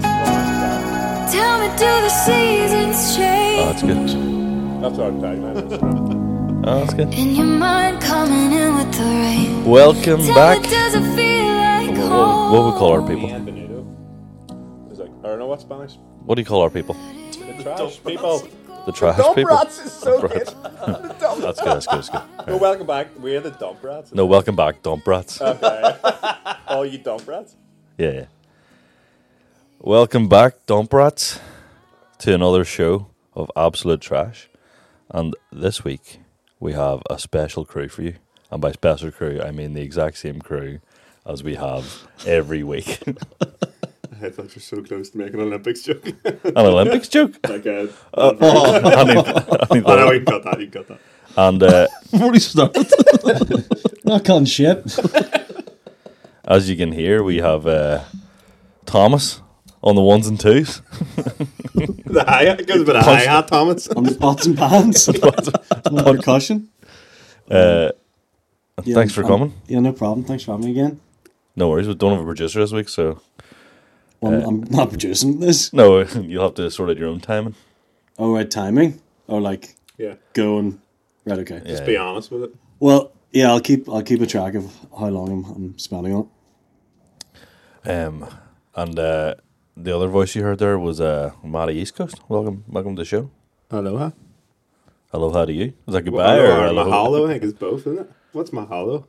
Tell me, do the seasons Oh, change? that's good. That's our tagline. Oh, that's good. In your mind, coming in with the rain. Welcome Tell back. me, does it feel like What, what, home? what we call our people? Bienvenido. It's like, I don't know what Spanish. What do you call our people? The trash people. The trash Dump people. rats is so Dump good. rats. The dump That's good. That's good. That's good. No, welcome back. We're the dump rats. No, welcome back, dump rats. Okay. All you dump rats. Yeah, yeah. Welcome back, dump rats, to another show of absolute trash. And this week we have a special crew for you, and by special crew I mean the exact same crew as we have every week. I thought you're so close to making an Olympics joke. An Olympics joke. like, uh, oh, I mean, I mean, oh no, you got that. You got that. and uh, I've already started. Not calling shit. as you can hear, we have uh, Thomas on the ones and twos. The hi hat goes a bit of hi Punch- hat, Thomas. On the pots and pans. On percussion. Uh, Yeah, thanks for um, coming. Yeah, no problem. Thanks for having me again. No worries, we don't have a producer this week, so Well, Uh, I'm- I'm not producing this. no, you'll have to sort out your own timing. Oh, right, timing. Or like Yeah, going. Right, okay. just be honest with it. Well, yeah, I'll keep I'll keep a track of how long I'm, I'm spending on it. Um, and uh, the other voice you heard there was uh, Matty East Coast. Welcome, welcome to the show. Aloha. Aloha to you. Is that goodbye Well, or or aloha? mahalo, I think it's both, isn't it? What's mahalo?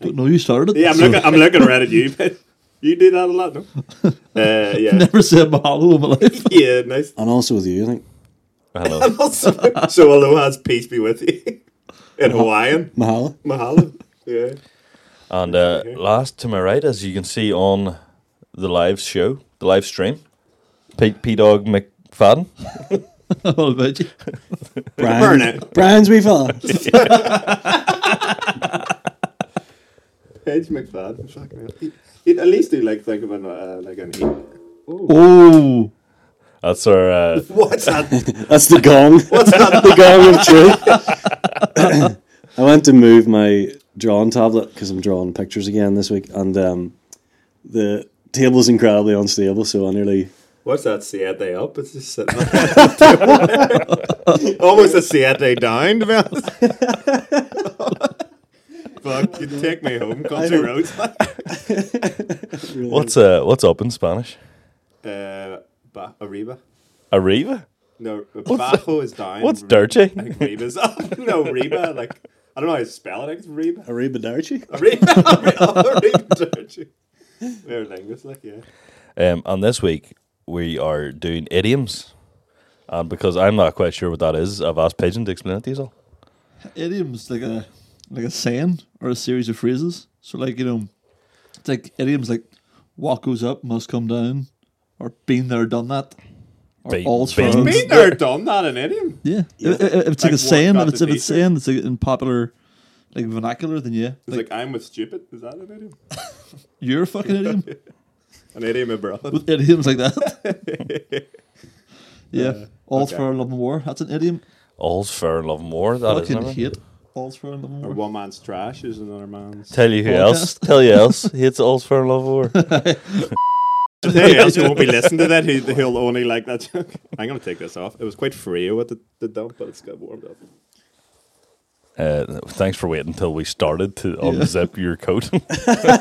Don't know you started it. Yeah, I'm so looking. I'm looking right at you. But you do that a lot, no? Uh, yeah, Never said mahalo in my life. yeah, nice. And also with you, I think. Hello. Also, so aloha's peace be with you in Hawaiian. Mahalo. Mahalo. Yeah. And uh, last to my right, as you can see on the live show, the live stream, Pete P Dog McFadden. All about you. Brian. Burn it. Brian's wee fella. Paige McFadden. Fucking hell. He- he'd at least do like think of an uh, like an heat. Oh, That's our uh, What's that? That's the gong. What's that? the gong of truth. I went to move my drawing tablet because I'm drawing pictures again this week, and um, the table's incredibly unstable, so I nearly. What's that siete up? It's just sitting on Almost a siete down, to be honest. Fuck, you take me home, country roads. what's uh, what's up in Spanish? uh, ba- arriba. Arriba. No, bajo is down. What's Re- dirty? I think Reba's up. No, Reba, like, I don't know how to spell it. I think it's Reba. Arrivederci. Reba, Reba, Reba, They're linguists, like, yeah. Um, and this week we are doing idioms. And because I'm not quite sure what that is, I've asked Pigeon to explain it to you all. idioms like a like a saying or a series of phrases. So like you know, it's like idioms like "what goes up must come down," or "been there, done that,or Been- "all's been- fair Been Been and there, done that in idiom. Yeah. If, if- if Like it's like a what saying, got if it's the if it's teacher? saying that's like in popular like vernacular, then yeah. It's Like, like, I'm with stupid. Is that an idiom? you're a fucking idiom. An idiom abroad. With idioms like that. yeah. All's Uh, okay. fair in love and war. That's an idiom. All's fair in love and war. That is Fucking never. hate. All's fair in love and Or war. one man's trash is another man's. Tell you who else? Podcast. Tell you else hates all's fair in love and war. Hey, else who won't be listening to that, he, he'll only like that joke. I'm going to take this off. It was quite frio at the, the dump, but it's got warmed up. Uh, thanks for waiting until we started to unzip your coat.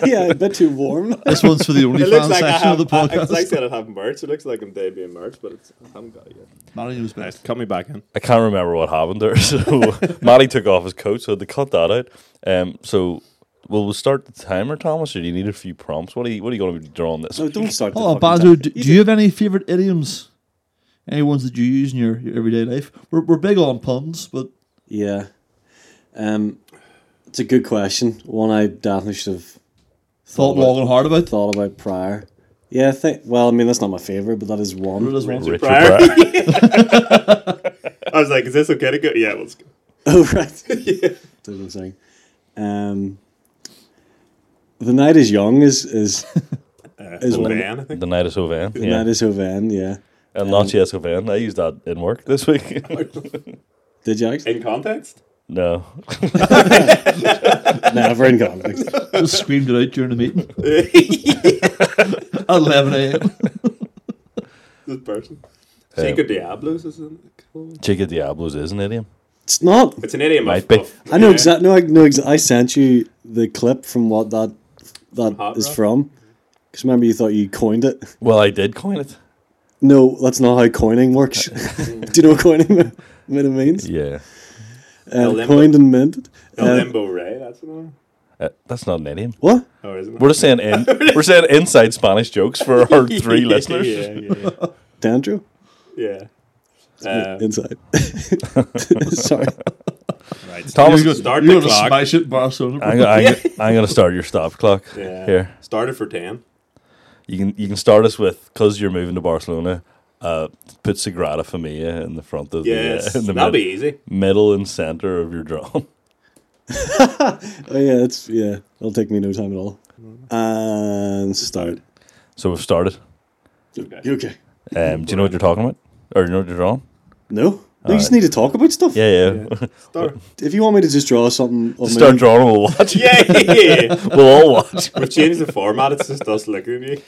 yeah, a bit too warm. This one's for the only It looks fan like I section of have, the I, it's podcast. like I said I have merch. It looks like I'm debuting merch, but it's, I haven't got it yet. Marion was Nice. best. Cut me back in. I can't remember what happened there. So Matty took off his coat, so they cut that out. Um, so will we start the timer, Thomas, or do you need a few prompts? What are you What are you going to be drawing this? No, week? don't start. the Hold on, fucking Bazu, time. do, do you have any favourite idioms? Any ones that you use in your, your everyday life? We're, we're big on puns, but Yeah. Um, it's a good question. One I definitely should have thought about- long and hard about. thought about prior. Yeah, I think. Well, I mean, that's not my favorite, but that is What one. is one? Richard Pryor. Pryor. I was like, is this okay to go? Yeah, let's go. Oh right. yeah. That's what I'm saying. Um, the night is young is is Uh, Is one- Van, I think. the night is so van. the Yeah, night is Hovan. Yeah. and not yet so van. I used that in work this week. Did you actually? In context? No. Never in conflict. Just screamed it out during the meeting. 11 a.m. This person. Uh, Chico Diablos is in it. Chica Diablos is an idiom. It's not. It's an idiom. Might of, be. of- I know yeah. exactly. No, I know exa- I sent you the clip from what that that is Hot Rod? from. Because remember, you thought you coined it. Well, I did coin it. No, that's not how coining works. Do you know what coining me- what it means? Yeah. Uh, limbo. coined and minted. El Um, Limbo Ray, that's another. Uh, that's not an idiom. what? Or Oh, isn't it? We're just saying in, we're saying inside Spanish jokes for our three listeners. Yeah, yeah, Dendro? yeah. yeah. Um, Inside. Sorry. right. Thomas, You Start you the wanna clock. smash it, Barcelona. I'm, gonna- I'm, gonna- I'm gonna start your stop clock Yeah. here. Started for 10. You can you can start us with because you're moving to Barcelona. Uh, put Sagrada Familia in the front of Yes. the, uh, in the That'll mid- be easy. middle and center of your drum. Oh, yeah, it's, yeah, it'll take me no time at all. Mm-hmm. And start. So we've started. You okay? Um, do you know what you're talking about, or you know what you're drawing? No? No, you just need to talk about stuff. Yeah, yeah. Start. If you want me to just draw something, on my Start own- drawing. We'll watch. yeah, yeah. We'll all watch. We've changed the format. It's just us looking at you.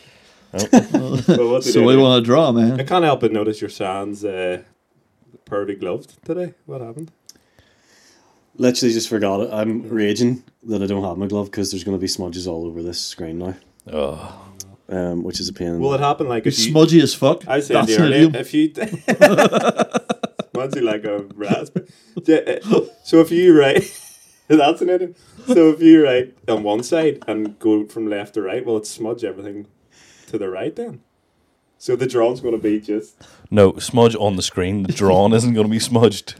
Oh. But what's it So we doing? want to draw, I man. can't help but notice your sans uh, pervy gloved today. What happened? literally just forgot it. I'm raging that I don't have my glove because there's going to be smudges all over this screen now, Oh, um, which is a pain. Will it happen like You're if you, smudgy as fuck. I said That's the an earlier, idiom. if you smudgy like a raspberry. Yeah, uh, So if you write, that's an idiom. So if you write on one side and go from left to right, well, it smudge everything to the right then. So the drawing's going to be just. no, smudge on the screen. The drawn isn't going to be smudged.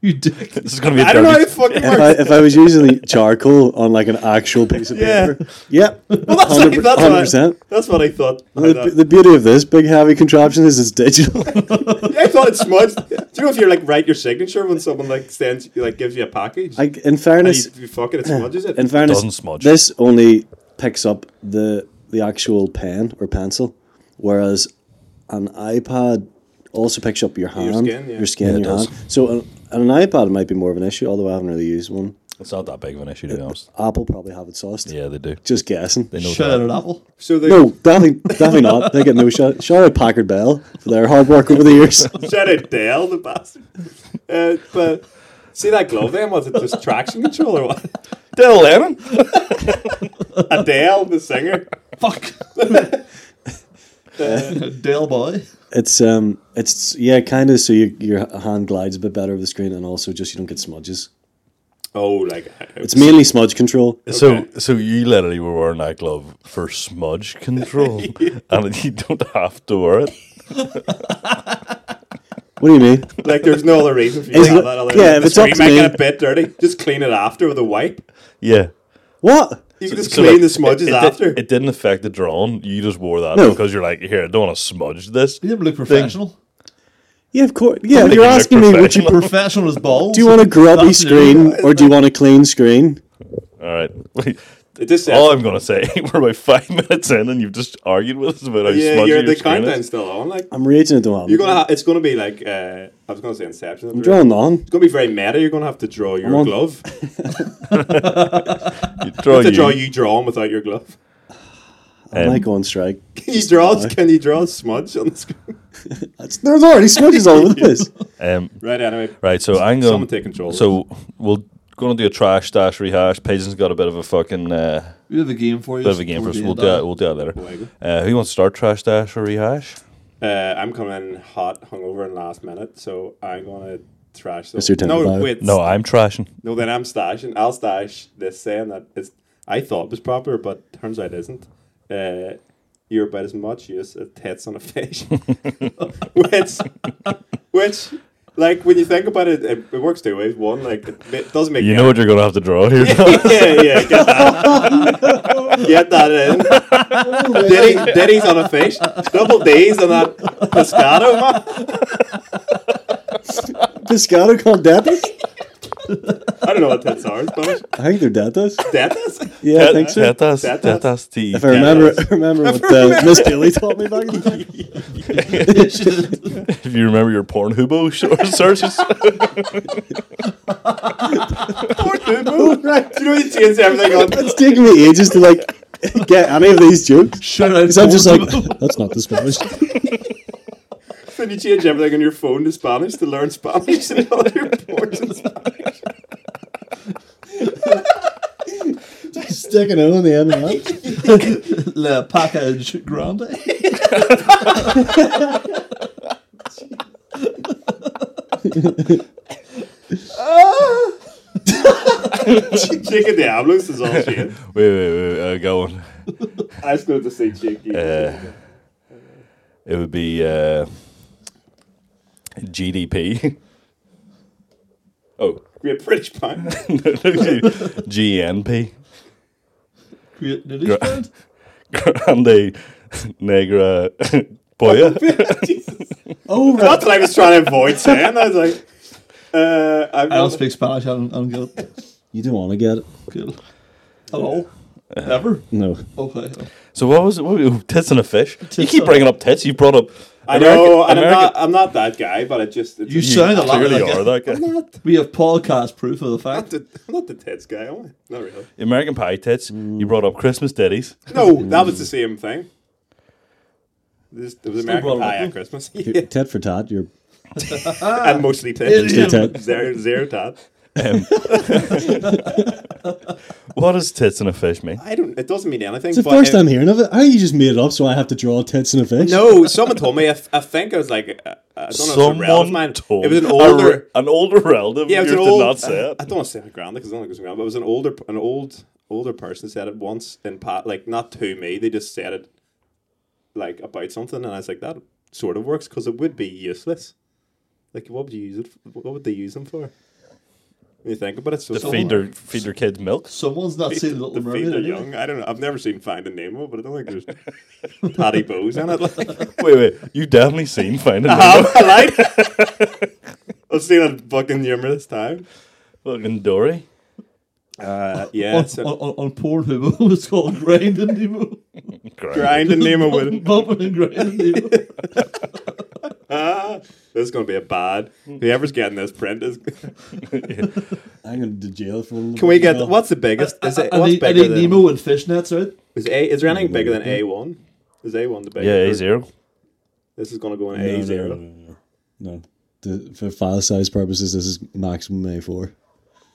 You dick. This is going to be. a I don't know how dirty- it fucking if works. I, if I was using charcoal on like an actual piece of Yeah. paper, yep, That's, like- that's what I- 100%. that's what I thought. I The, thought- the beauty of this big heavy contraption is it's digital. I thought it smudged. Do you know if you're like write your signature when someone like sends you like gives you a package? I, in and you, fairness, you fucking it smudges it. in fairness, Doesn't smudge. this only picks up the the actual pen or pencil, whereas an iPad also picks up your hand, skin, yeah. your skin, it your does. hand. So an, an iPad might be more of an issue, although I haven't really used one. It's not that big of an issue, to be honest. Apple probably have it sauced. Yeah, they do. Just guessing. They know Shut that. out at Apple. so they No, definitely, definitely not. They get no shout. Shout out Packard Bell for their hard work over the years. shut it down, the bastard. Uh, but see that glove then was it just traction control or what? Del Lennon. Adele, the singer. Fuck. Dale boy. It's um, it's yeah, kind of. So your your hand glides a bit better over the screen, and also just you don't get smudges. Oh, like It's mainly smudge control. So, so you literally were wearing that glove for smudge control, and you don't have to wear it. What do you mean? like there's no other reason for you Is to have it- that. Other yeah, than if the it's up screen to might me- get a bit dirty. Just clean it after with a wipe. Yeah, What? You can just So, clean like, the smudges it, it did- after. it didn't affect the drawing. You just wore that No. because you're like, here, I don't want to smudge this. You didn't look professional. Yeah, of course. Yeah, Somebody you're can look asking me. Would you? professional. Prefer, Professional as balls. do you want a grubby That's new. screen or do you want a clean screen? All right. Wait, It just says, All I'm gonna say, we're about five minutes in, and you've just argued with us about how yeah, smudgy you're your the screen countdown's is. still on. Like I'm raging at the moment. you're gonna, ha- it's gonna be like uh, I was gonna say Inception. I'm drawing on. It's gonna be very meta. You're gonna have to draw your on. glove. You draw to Oh, you. draw you draw 'em without your glove. I might go on strike. Can you draw? Can you draw a smudge on the screen? That's, there's already smudges all over the place. Um, Right. Anyway, right. So I'm going. someone take control. So we're gonna do a trash dash rehash. Paigeon's got a bit of a fucking uh, We have a game for you. bit of a game for us. We'll do that. We'll do that later. Lego. Uh, who wants to start trash dash or rehash? uh, I'm coming in hot, hungover, and last minute, so I'm gonna trash. the- Mr. No, Tenenbaum. wait. No, I'm trashing. no. Then I'm stashing. I'll stash this saying that it's I thought was proper, but turns out it isn't. Uh, you're about as much use as tits on a fish, which, which, like when you think about it, it, it works two ways. One, like it, ma- doesn't make You know what you're gonna have to draw here. yeah, yeah, get that. get that in. Diddy, Diddy's on a fish. Double D's on that pescado, man. Piscato called Dapis? I I don't know what tits are in Spanish. I think they're datas. Tetas? Yeah, I think so. Tetas, Tetas. tetas E tea. If I remember, I remember what uh, Miss Daly taught me back in the day. If you remember your porn hubo sources, right. You know, you change everything on. It's taken me ages to like get any of these jokes. Shout out Because I'm just Pornhub. like, that's not the Spanish. Then you change everything on your phone to Spanish to learn Spanish and all your porns in Spanish. Sticking it on the end of that. Le package grande. Chicken Diablos is all shit. wait, wait, wait, uh, go on. I just going to say cheeky. Uh, it would be uh, GDP. Oh, Great British pound. no, no, GNP. Great Nudist Band. Grande Negra Boya. Oh, right. That's what I was trying to avoid saying. I was like, uh, I'm I don't not. speak Spanish. I don't, I don't get it. You don't want to get it. Cool. Hello. Uh-huh. Never. No. Okay. So what was it? What, oh, tits and a fish. you keep on- bringing up tits. You brought up. I know, America- and I'm America- not, I'm not that guy, but I just. It's You just- sound a lot Clearly like are it. that guy. not, We have podcast proof of the not, fact. the, not the tits guy, am I? Not really. American Pie tits. Mm. You brought up Christmas titties. No, that was the same thing. This, it was American brought it Pie up. at Christmas. You're tit for tat. You're and mostly tits. tit tat. zero, zero tat. What does tits and a fish mean? I don't. It doesn't mean anything. It's the but first it- time hearing of it. I think you just made it up so I have to draw tits and a fish. No, someone told me. I, I think I was like, uh, I don't know. if it's a relative of mine. told It was an a older. re- an older relative. Yeah, it Yeah, was you an did old. not say it. I don't want to say it grand because I don't think it was grand, but it was an older, an old, older person said it once in pat, like not to me. They just said it, like about something, and I was like, that sort of works because it would be useless. Like, what would you use it? For? What would they use them for? When you think about it, so to someone- feed their feed their kids milk. Someone's not seen Little to feed Mermaid. their anyway. young. I don't know. I've never seen Finding Nemo, but I don't think there's Paddy Bows in it. Like. Wait, wait. You definitely seen Finding Nemo. I lied. I've seen a fucking humor this time. Fucking Dory. Uh, On, yeah, so on, on, on Pornhub, it's called Grinding Nemo. Grind. grinding Nemo with it. Bumping and Grinding Nemo. This is gonna be a bad. Hmm. Whoever's getting this print is. I'm going to jail for Can we get what's the biggest? Uh, Is it I what's need, I bigger need than Nemo and fishnets, right? is a? Is there anything bigger than A one? Is A one the biggest? Yeah, A zero. This is gonna go in No, A no, zero. no, no, no. No. The- for file size purposes, this is maximum A4.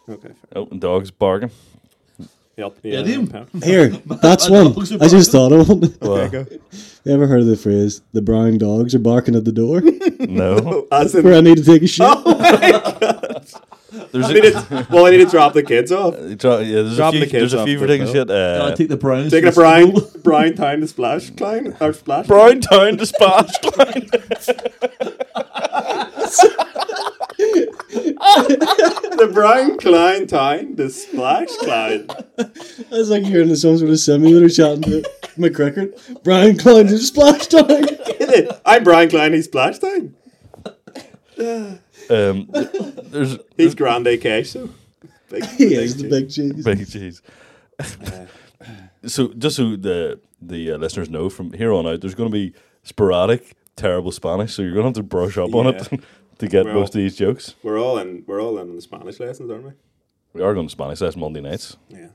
Okay. fair. Oh, and dogs bargain. Yep. Yeah, Liam. pound. Here, that's one. dogs are I just barking. thought of one. Well, you ever heard of the phrase, the brown dogs are barking at the door no. As in, where I need to take a shit? Oh. There's I a, need to- well, I need to drop the kids off. dro- yeah, there's a Drop the few, kids there's a off few the ridiculous boat. shit. Uh, I take the browns. Taking a for the Brian, school. Brian time to splash, Klein or splash. Brown Town to Splash Line. The Brian Klein time to splash, Klein. That's like you're in some sort of simulator chatting to McCrickert. Brian Klein just splashed on it. I'm Brian Klein. He's splash time. Um, there's He's grande cash. So. Big, He is the big cheese. Big cheese. so just so the the uh, listeners know, from here on out, there's going to be sporadic, terrible Spanish. So you're going to have to brush up on it Yeah. to get Well- most of these jokes. We're all in. We're all in on the Spanish lessons, aren't we? We are going to Spanish that's Monday nights. Yeah.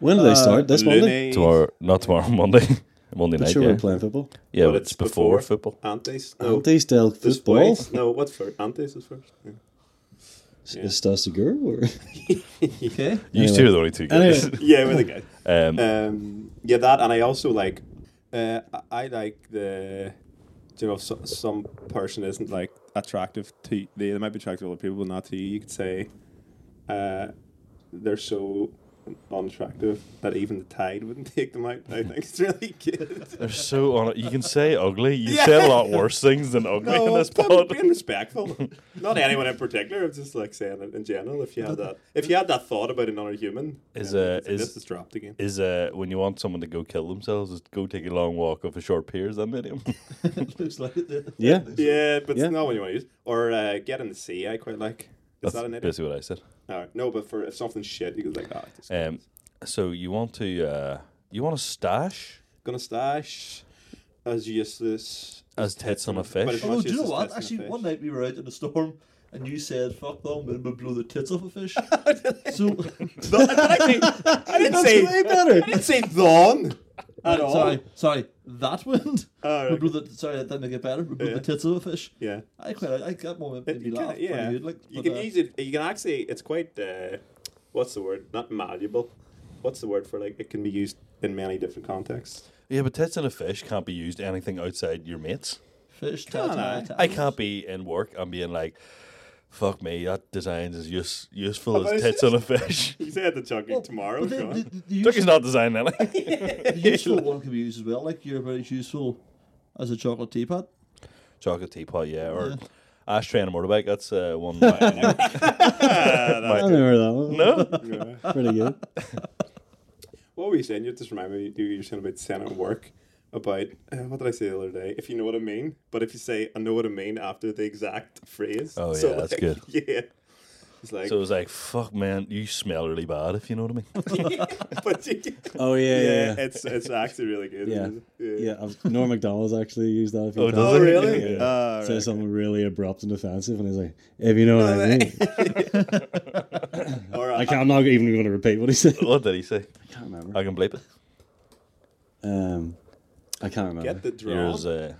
When do Uh, they start? This Monday? Looney, Tomorrow, not tomorrow, Monday. Monday I'm night. sure yeah, we're playing football. yeah, but but it's before, football. Antes. No. Don't they still There's football? boys. No. What's first? Antes is first. Yeah. Is Stas a girl? Or? Okay. You two are the only two guys. Anyway. Yeah, we're the guys. Um, Um, yeah, that, and I also like. Uh, I- I like the. You know, so, some person isn't like attractive to you. they. They might be attractive to other people, but not to you. You could say, uh, they're so unattractive that even the tide wouldn't take them out. I think it's really good. they're so on. You can say ugly. You Yeah. said a lot worse things than ugly in No, this I'm pod. being respectful. Not anyone in particular. I'm just like saying it in general. If you had that, if you had that thought about another human, Is, yeah, uh, it's- is- this is dropped again? Is uh, when you want someone to go kill themselves, is go take a long walk off a short pier. Is that medium? Looks like it. Yeah. yeah, but Yeah. it's not what you want to use. Or uh, get in the sea. I quite like. Is That's that an idiot? basically what I said. No, no, but for if something's shit, you go like, ah, it's Um, so you want to uh, you want to stash gonna stash as useless as tits on a But it's fish? not Oh, do you know useless what? testing a Actually, fish. one night we were out in a storm and you said, fuck them, and we'll blow the tits off a fish. so, I didn't That's say. way better. I didn't say thon. At all. sorry, sorry, that wind. Oh, we right. blew the, sorry, that didn't make it better. We blew Yeah. the tits off a fish. Yeah. I quite like I got one that made me You laugh. can, yeah, pretty good, like, you but, can uh, use it. You can actually. It's quite. Uh, what's the word? Not malleable. What's the word for like? It can be used in many different contexts. Yeah, but tits on a fish can't be used anything outside your mates. fish. Can tats, I? tats. I can't be in work and being like, "Fuck me, that design's as use, useful Although as it's tits on a fish." You said the chunky Well, tomorrow. but the- Sean. the- the- the Turkey's not designed anything. The useful one can be used as well. Like you're very useful as a chocolate teapot. chocolate teapot, yeah, or ashtray and a motorbike. That's uh, one. that I know. I remember that one. no, Yeah. Pretty good. What were you saying? You just remind me. You you were saying about saying at work. About uh, what did I say the other day? If you know what I mean, but if you say I know what I mean after the exact phrase, Oh, yeah, that's like, good. Yeah, it's like, so it was like, "Fuck, man, you smell really bad," if you know what I mean. but you, Oh yeah, yeah, yeah, yeah. it's it's actually really good. Yeah. yeah. yeah I've, Norm Macdonald's actually used that a few Oh, times. does Oh, it? really? Yeah. Ah, right, Says okay. something really abrupt and offensive, and he's like, "If you know what I mean." Or, I can't, I'm not even going to repeat what he said. what did he say? I can't remember. I can bleep it. Um, I can't remember. Get the draw. Yours, uh,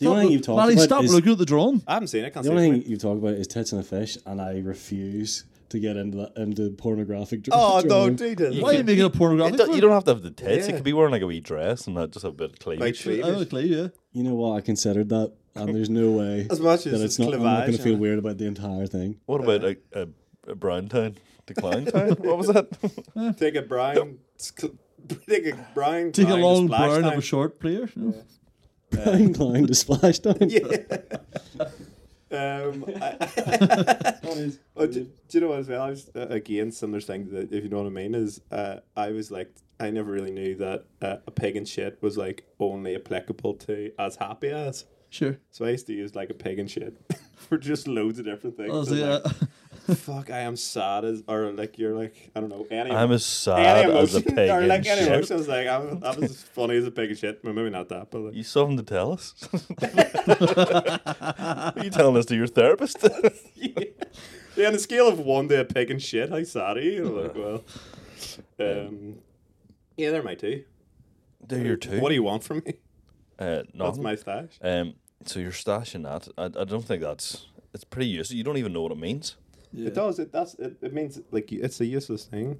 the only thing you've talked Manny, about stop is looking at the drone. I haven't seen it. I can't the see only it. thing you've talked about is tits and a fish, and I refuse to get into that, into pornographic. dra- Oh, drama. don't do that. Why are you making a pornographic? it don't- you film? don't have to have the tits. It Oh, Yeah. could be wearing like a wee dress and not just a bit of cleavage. Like, I have a clue, Oh, yeah. You know what? I considered that, and there's no way As much as that it's it's not. I'm not going cleavage, to feel yeah. weird about the entire thing. what uh, about like a, a brown town, decline town? What was that? Take a Brian. Take a Brian. Take a Klein long splash burn of time. a short player. you know. Brian Klein to splash down. Um, I, oh, do, do you know what as well? I was, uh, again, similar thing that if you know what I mean is, uh, I was like, I never really knew that uh, a pig and shit was like only applicable to as happy as. Sure. So I used to use like a pig and shit for just loads of different things. Oh, uh, So, so, yeah. like, fuck, I am sad as, or like you're like, I don't know, any I'm as sad any as a emotion, pig. or in like any shit. emotion. I was like, I'm, I'm as funny as a pig and shit. Well, maybe not that, but like, You still haven't to tell us. Are you telling us to your therapist? yeah, on a scale of one to a pig and shit, how sad are you? Like, well, um, yeah, they're my two. do your two. What do you want from me? Uh, no. That's my stash. Um, so you're stashing that. I, I don't think that's. It's pretty useless. You don't even know what it means. It does. It that's. It, it means like you- it's a useless thing.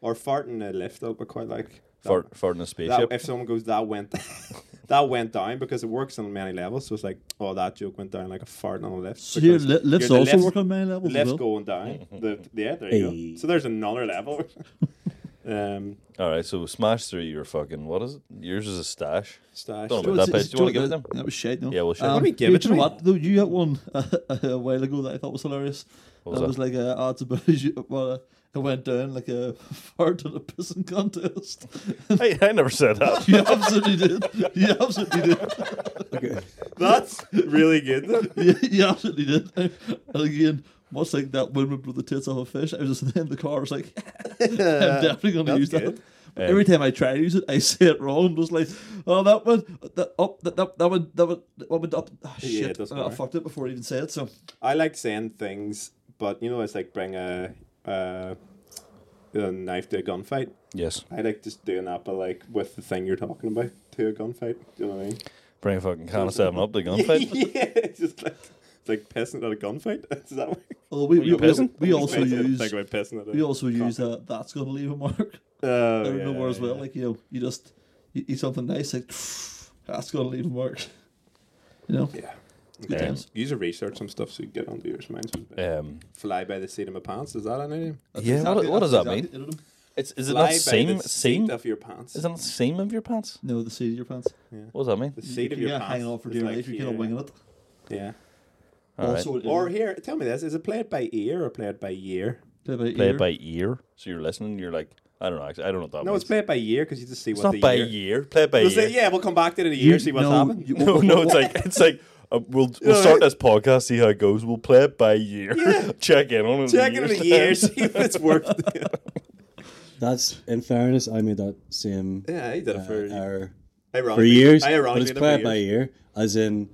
Or fart in a lift up. I quite like that. Fart, farting a That, spaceship. if someone goes that went that went down because it works on many levels. So it's like, oh, that joke went down like a fart on a lift. So your because li- lifts you're the also lift- work on many levels. as Left well. going down. The, yeah, there you Hey. go. So there's another level. um, All right, so smash through your fucking. What is it? Yours is a stash. stash. Don't know Do it- about Well, that it's- page. Do you want to it's- give it them? That was shit, no? Yeah, we'll shit. Um, Let me give you it to know me. what? Though you had one a while ago that I thought was hilarious. was that, that? was like a odds about well, uh, it went down like a fart at a pissing contest. I, I never said that. you absolutely did. You absolutely did. That's really good. you, you absolutely did. And again, much like that woman blew the tits off a fish, I was just in the car. I was like, I'm definitely going to That's use good. that. But every time I try to use it, I say it wrong. I'm just like, oh, that one, that up, that that that one, that one, that one went up. Ah, Yeah, it shit, doesn't I work. fucked it before I even said it. So I like saying things, but you know, it's like bring a, uh, a knife to a gunfight. yes. I like just doing that, but like with the thing you're talking about to a gunfight. Do you know what I mean? Bring a fucking can of seven up the gunfight. yeah, it's just like it's like pissing at a gunfight. Is that what? although we we, you we, pissing? we also Think about- use think about pissing at a we also cockpit. use that. That's going to leave a mark. Oh, I don't yeah, know where as well. yeah. Like you know, you just you eat something nice, like that's going to leave a mark. You know, yeah. good Um, times. Use a research some stuff so you get onto yours. Mine's just Um, fly by the seat of my pants. Is that an name? yeah. what, what does that mean? mean? It's is it Fly not seam? Seam? seat of your pants. Is it not seam of your pants? No, the seat of your pants. What does that mean? the seat of you your can't pants. hang on for is dear like life. You're kind here. of winging it. Yeah. All right. also, it- Or here, tell me this: is it played by ear or played by year? play by Play ear. it by ear. So you're listening. You're like, I don't know. Actually, I don't know what that No, means. it's played by year because you just see It's what not the by year. year. Play it by We'll year. say, yeah, we'll come back to it in a year, You- see what's no, happened. you- No, no, it's like it's like Uh, we'll we'll know, start right? this podcast, see how it goes. We'll play it by year. Yeah. Check in on it. Check it in a year's year, time. see if it's worth That's in fairness. I made that same Yeah, he did it uh, for, error ironically, for years. I But ironically it's did it play for it by years. ear, as in,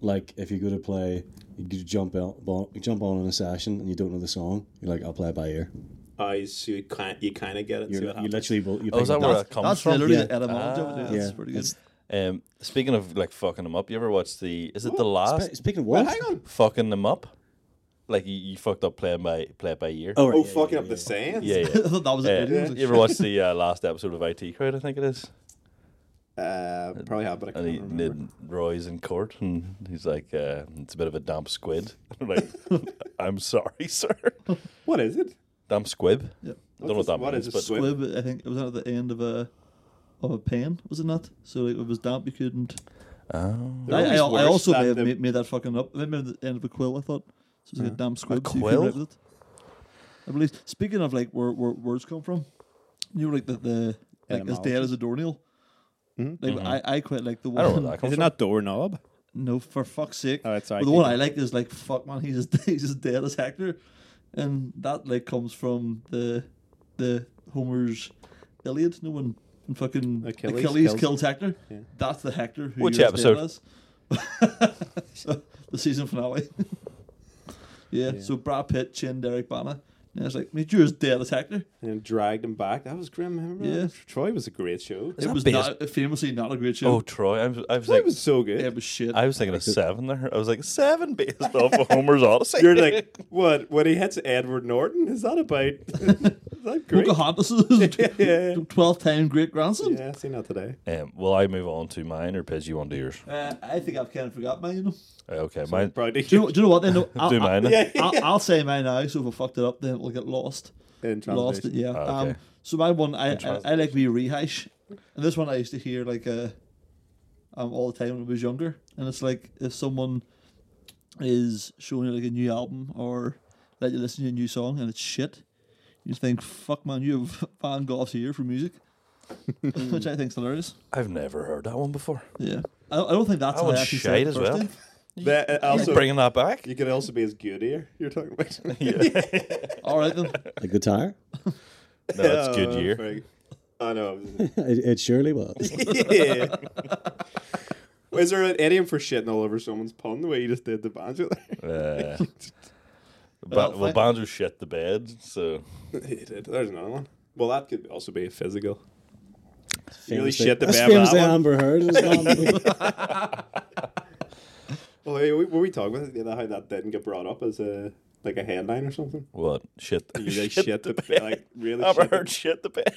like if you go to play, you go to jump on, bon- jump on in a session and you don't know the song. You're like, I'll play it by ear. Oh, you, so you kind you kind of get it. You're, See what you happens. literally will. You Oh, is pick that it where up. that comes That's from? literally Yeah. the Ah, etymology of it. Yeah, That's pretty good. it's- Um, speaking of like fucking them up, you ever watch the? Is it the Spe- last Speaking of Well, what, hang on. fucking them up? Like you, you fucked up playing by play it by year. Oh, right, Oh, yeah, fucking yeah, up yeah. the sands. yeah, I yeah. thought that was Uh, it. dude. I was like, you ever watched the uh, last episode of IT Crowd? I think it is. Uh, probably have, but I And he can't remember. did Roy's in court, and he's like, uh, "It's a bit of a damp squid." I'm like, I'm sorry, sir. What is it? Damp squib. Yeah. I don't know What's what that a- what means, is a but squib? Glib, I think it was at the end of a of a pen, was it not? So like, it was damp. You couldn't. Oh. They're I, I, always I worse also than may have the- made, made that fucking up. I remember the end of a quill. I thought so it was like a damn squib. so you quill? came out with it. I believe. Speaking of like where, where words come from, you were like the, the like Etymology. as Hmm? dead as a doornail. Like, I, I quite like the Mm-hmm. I one. don't know where that comes Is from. it not doorknob? No, for fuck's sake. All right, sorry, but the keep one going. I like is like fuck man, he's as he's as dead as Hector, and that like comes from the the Homer's Iliad. No one in fucking Achilles Achilles, killed- kills Hector. That's the Hector who Which you're as episode? dead as. So, the season finale. yeah, So Brad Pitt, Chin, Derek Bana. And I was like, mate, you're as dead as Hector. And dragged him back. That was grim. I remember Yeah. that. Troy was a great show. it was based- not famously not a great show. Oh, Troy. I was, I was Troy like, was so good. Yeah, it was shit. I was thinking of seven there. I was like seven based off of Homer's Odyssey. You're like, what? When he hits Edward Norton, is that about? is that great? Pocahontas is Yeah. 12 time great grandson. Yeah, seen that today. um, will I move on to mine or Piz, you on to yours? Uh, I think I've kind of forgot mine, you know. Uh, okay, mine. Probably Do you know, do you know what? Then no, I'll, Do mine. I'll, I'll, I'll say mine now. So if I fucked it up, then we'll get lost. in Lost it, translation. yeah. Ah, okay. um, so my one, I, I, translation. I like to be rehash, and this one I used to hear like uh, um, all the time when I was younger, and it's like if someone is showing you like a new album or let you listen to a new song and it's shit, you think, "Fuck man, you have Van Gogh's ear for music," which I think's hilarious. I've never heard that one before. Yeah, I, I don't think that's That how I one's actually said shite it as the first well. time. That, uh, also, Bringing that back. you could also be as good here. You're talking about. All right then. the guitar? No, that's good year. I know. it, it surely was. yeah. Is there an idiom for shitting all over someone's pun the way you just did the banjo there? Uh, Well, ba- well, thank- Banjo shit the bed, so You did. There's another one. Well, that could also be a physical. You really Famously- shit the that's bed with famously that one. Amber Heard. as well. Well, hey, we- were we talking about it, how that didn't get brought up as a like a headline or something? what shit? You like shit, the bed. Like really I've shit heard the shit the bed.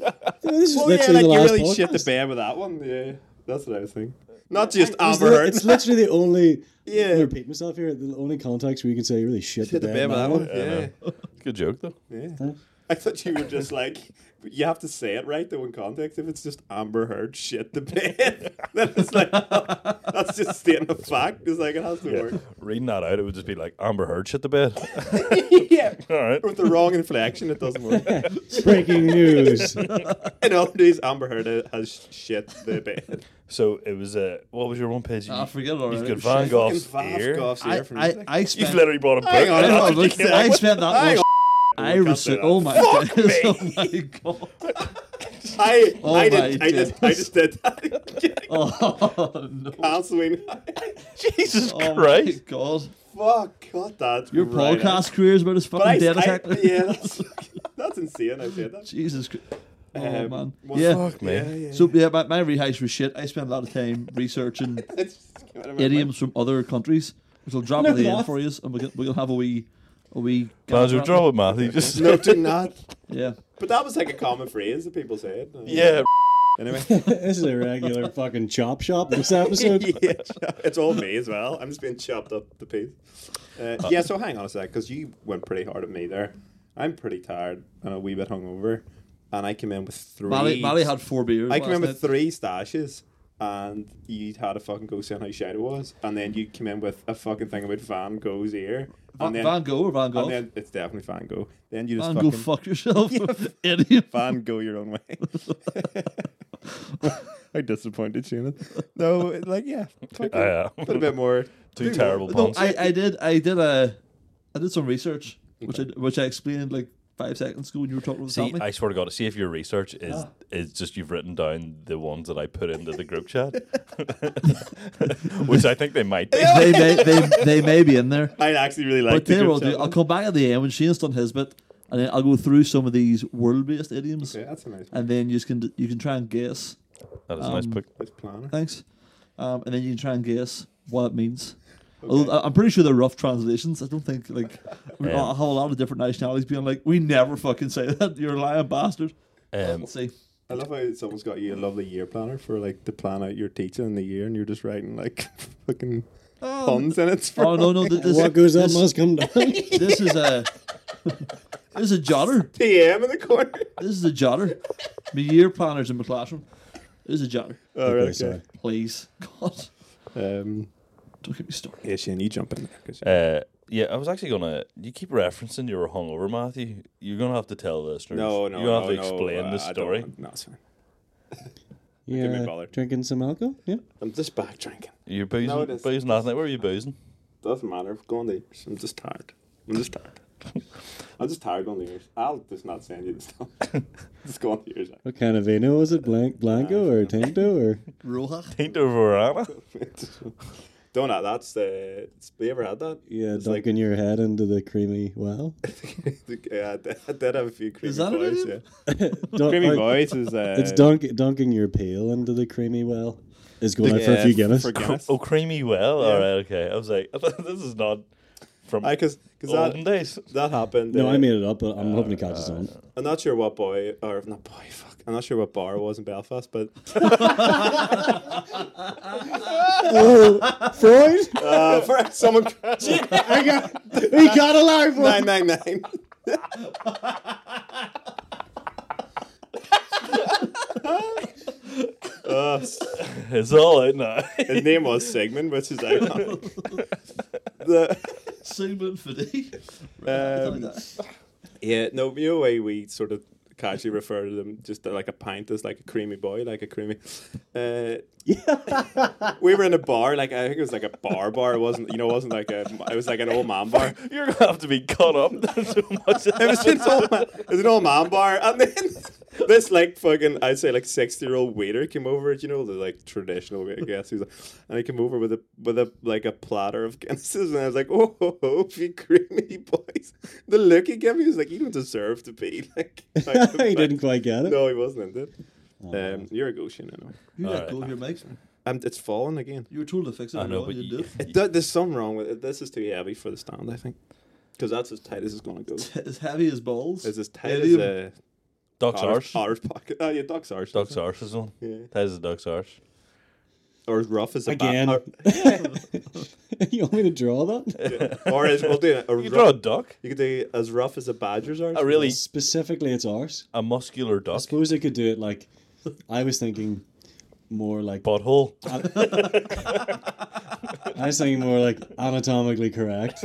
Yeah, this is Oh, yeah, literally like the you last really shit the podcast. bed with that one. Yeah, that's what I was thinking. Not just It's Amber li- Heard. It's literally the only. Yeah. Yeah. repeat myself here. The only context where you can say you really shit, Shit the the bed bed. with that man. one. Yeah. Good joke though. Yeah. I thought you were just like, you have to say it right though in context. If it's just Amber Heard shit the bed, then it's like, that's just stating a fact. It's like, it has to work. Reading that out, it would just be like Amber Heard shit the bed. yeah. All right. With the wrong inflection, it doesn't work. Breaking news. In all days, Amber Heard uh, has shit the bed. So it was uh, what was your one page? I forget it You've already. got Van Gogh's Fucking ear. Vavkov's I, here for I, music. I You've spent. literally brought a book. on, That's I what I, you was came gonna up say, I with. spent that Hang much. I can't was say that. oh my Fuck days, me. oh my god! I, Oh I, did, my I, did, I just did that. Oh no! Canceling. Jesus Oh my Christ. god! Fuck, God, that. Your right out. podcast career is about as But I, fucking dead as I, Hector. yeah, that's, that's insane. I said that. Jesus Christ! Oh Um, man! one- Yeah. Fuck me. Yeah, yeah. So yeah, my, my rehash was shit. I spent a lot of time researching It's just came out of my idioms from other countries, which will drop No, at the not. end for you, and we can we can have a wee a wee. Banjo gander at draw with Matthew. Just mouth. No, do not. it. Yeah. But that was like a common phrase that people said. yeah. Anyway. this is a regular fucking chop shop. This episode. Yeah, it's all me as well. I'm just being chopped up the piece. Uh, yeah, so hang on a sec, because you went pretty hard at me there. I'm pretty tired and a wee bit hungover, and I came in with three. Mally, Mally had four beers. I came in with last night. three stashes, and you had a fucking go saying how shit it was, and then you came in with a fucking thing about Van Gogh's ear, and then Van Gogh or Van Gogh? and then it's definitely Van Gogh. Then you just Man, go fucking fuck yourself, idiot. Van Gogh your own way. How disappointed, Shannon. No, like yeah, fucking I am. put a bit more. Two terrible No, puns. I, I did I did a I did some research which I which I explained like five seconds ago when you were talking with See, Tommy. I swear to God, see if your research is Ah. is just you've written down the ones that I put into the group chat, which I think they might be. they may they, they may be in there. I actually really like. But the tell you group what I'll do. chat I'll one. come back at the end when Shane's done his bit, and then I'll go through some of these world-based idioms, Okay, that's a nice, and then you just can you can try and guess. That is a nice pick. nice planner. Thanks. Um, and then you can try and guess what it means. Although I- I'm pretty sure they're rough translations. I don't think like I mean, Yeah. I have a lot of different nationalities being like, "We never fucking say that. You're a lying bastard." Um, Let's see. I love how someone's got you a lovely year planner for like to plan out your teaching in the year, and you're just writing like fucking puns in it. For Oh no no! th- This, What goes up this, must come Oh, down. this is a this is a jotter. PM in the corner. This is a jotter. My year planners in my classroom. This is a jotter. All right, Okay, okay. sorry. Please, God, Um, don't get me started. yeah, Shane, you jump in there. 'cause you- Uh, yeah, I was actually gonna. You keep referencing you were hungover, Matthew. You're gonna have to tell the listeners. no, no, you're gonna have no, to explain no, the uh, I don't story. want- No, it's fine. Yeah, bothered. drinking some alcohol. Yeah, I'm just back drinking. You're boozing, No, it isn't. boozing last night. Where were you boozing? Doesn't matter. Go on the ears. I'm just tired. I'm just tired. I'm just tired on the ears. I'll just not send you the stuff. just go on the ears. what kind of vino was it? Blank, blanco, or tinto, or Roja. Taint over Anna. Don't know. That's uh, it's- have you ever had that? yeah, it's like dunking your head into the creamy well. yeah, uh, I did- I did have a few creamy that an boys. idiom? yeah. Dunk- Creamy like, boys is uh, It's dunk, dunking your pail into the creamy well. Is going out for a few Guinness. For Guinness. Oh, creamy. Well, Yeah. all right, okay. I was like, this is not from I because because olden that days. that Uh, happened. Oh, no, uh, I made it up, but I'm hoping to catch us on. I'm not sure what boy or not boy. Fuck, I'm not sure what bar it was in Belfast, but Oh, Freud, uh, for someone I got, we got a live one. nine nine nine. Uh, It's all out now. his name was Sigmund, which is iconic. the, Sigmund Fiddy. um, Yeah, no, you know way we sort of casually refer to them just like a pint as like a creamy boy, like a creamy. Uh, we were in a bar, like I think it was like a bar bar. It wasn't, you know, it wasn't like a. It was like an old man bar. You're gonna have to be caught up so much. It was an old man, it was an old man bar, and then this like fucking I'd say like sixty year old waiter came over. You know, the like traditional way, I guess. He was like, and he came over with a with a like a platter of Guinnesses, and I was like, oh, ho, ho, be creamy boys. The look he gave me was like, you don't deserve to be like. like he didn't quite get it. Oh, No, he wasn't. Did. Um, you're a Goshen, I know. You let go of your mic. Um, it's falling again. You were told to fix it. I and know, no but one you, did. It, do- there's something wrong with it. This is too heavy for the stand, I think, because that's as tight as it's gonna go. As heavy as balls. It's as tight Idiom. as a Doc's arse. Irish, Irish pocket. Oh yeah, Doc's arse. Doc's arse is one. Yeah. That is a Doc's arse. or as rough as a Again. Bat, you want me to draw that? or, or as we'll do it. You You, can draw a duck. you could do as rough as a badger's arse. A Oh, really Specifically, it's ours. a muscular I duck. suppose I could do it like I was thinking more like Butthole. I was thinking more like anatomically correct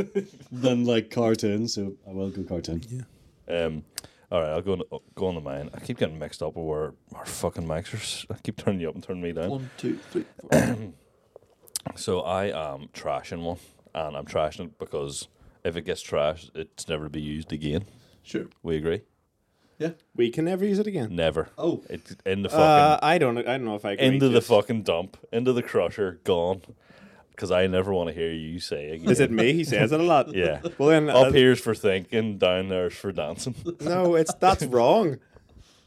than like cartoon. So I will go cartoon. Yeah. Um, all right, I'll go on, go on to mine. I keep getting mixed up with where our fucking mics are. s- I keep turning you up and turning me uh, down. One, two, three, four. So I am trashing one, and I'm trashing it because if it gets trashed, it's never to be used again. sure. We agree? Yeah. we can never use it again. Never. Oh. It's in the Mm, fucking Uh, I don't. I don't know if I agree. into the Jess. fucking dump, into the crusher, gone. Because I never want to hear you say again. Is it me? He says it a lot. Yeah. Well then, uh, Up here's for thinking, down there's for dancing. no, it's that's wrong.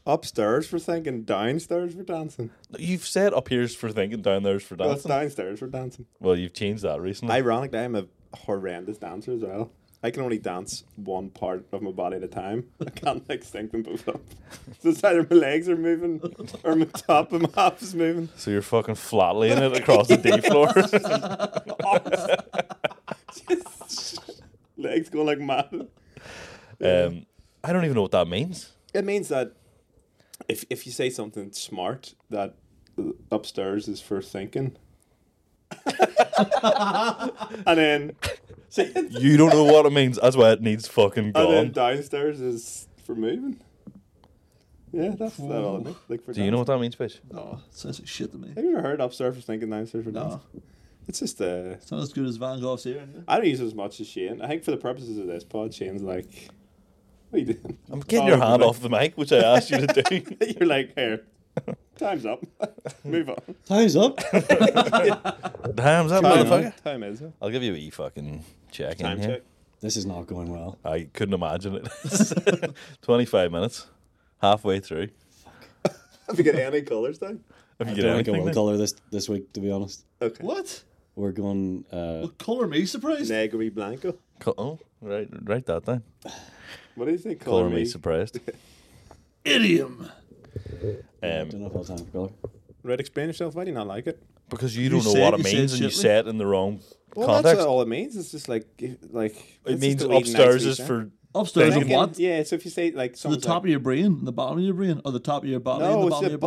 Upstairs for thinking, downstairs for dancing. You've said up here's for thinking, down there's for Well, it's dancing. downstairs for dancing. Well, you've changed that recently. Ironically, I'm a horrendous dancer as well. I can only dance one part of my body at a time. I can't like sync them both up. So it's either my legs are moving or my top of my half is moving. so you're fucking flatlaying it across the D floor. Legs go like mad. um, I don't even know what that means. It means that if if you say something smart, that upstairs is for thinking. and then You don't know what it means. That's why it needs fucking and then gone. downstairs is for moving. Yeah, that's not all it is. Like for Do you know what that means, bitch? Oh, it sounds like shit to me. Have you ever heard upsurfers thinking downstairs for No, dance? It's just uh, it's not as good as Van Gogh's here. Anyway. I don't use it as much as Shane. I think for the purposes of this pod, Shane's like, "What are you doing?" I'm getting your Oh, hand like- off the mic, which I asked you to do. You're like, "Here, time's up. Move on." Time's up. Time's up, Time, motherfucker. time is up. I'll give you a wee fucking check Time in here. check. this is not going well. I couldn't imagine it. 25 minutes, halfway through. Have you got any colours down? If you I get don't think I anything, will then. colour this this week. To be honest, Okay. What? we're going. Uh, Well, color me surprised. Negri Blanco. Co- oh, right, write that down. What do you think? Color me surprised. Idiom. I Um, don't know if I'll have time for colour. Right, explain yourself. Why do you not like it? because you don't know said- what it you said means and you shitly. said it in the wrong Well, context. that's all it means. It's just like, if- like it means upstairs is for. Upstairs Thinking- of what? Yeah, so if you say like The something top of your brain, the bottom of your brain, or the top of your body, and no, the it's bottom of the your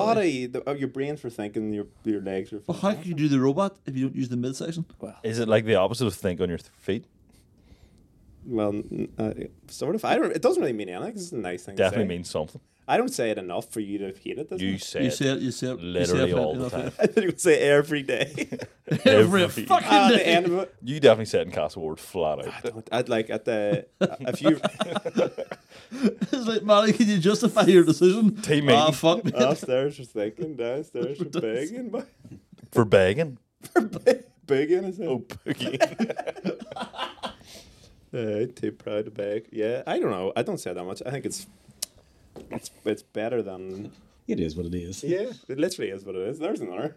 body, body. the, of your brain for thinking. Your your legs are. But how can you do the robot if you don't use the midsection? Is it like the opposite of think on your th- feet? Well, n- uh, sort of. I don't. It doesn't really mean anything. 'cause It's a nice thing. Definitely to say. means something. I don't say it enough for you to hate it. doesn't You it? say You it say it, you say it, you say it, literally all you the say it. time. I think you say every day. Every Every- Ah, fucking at the day. end of it, You definitely said in Castle Ward flat out. I don't. I'd like at the if you It's like, Molly, can you justify your decision? Team Ah, meeting. fuck me. upstairs was thinking, downstairs was begging, but For begging. begging is Oh, oh. boogie. uh, too proud to beg. Yeah, I don't know. I don't say that much. I think it's it's it's better than It is what it is. yeah. It literally is what it is. There's another.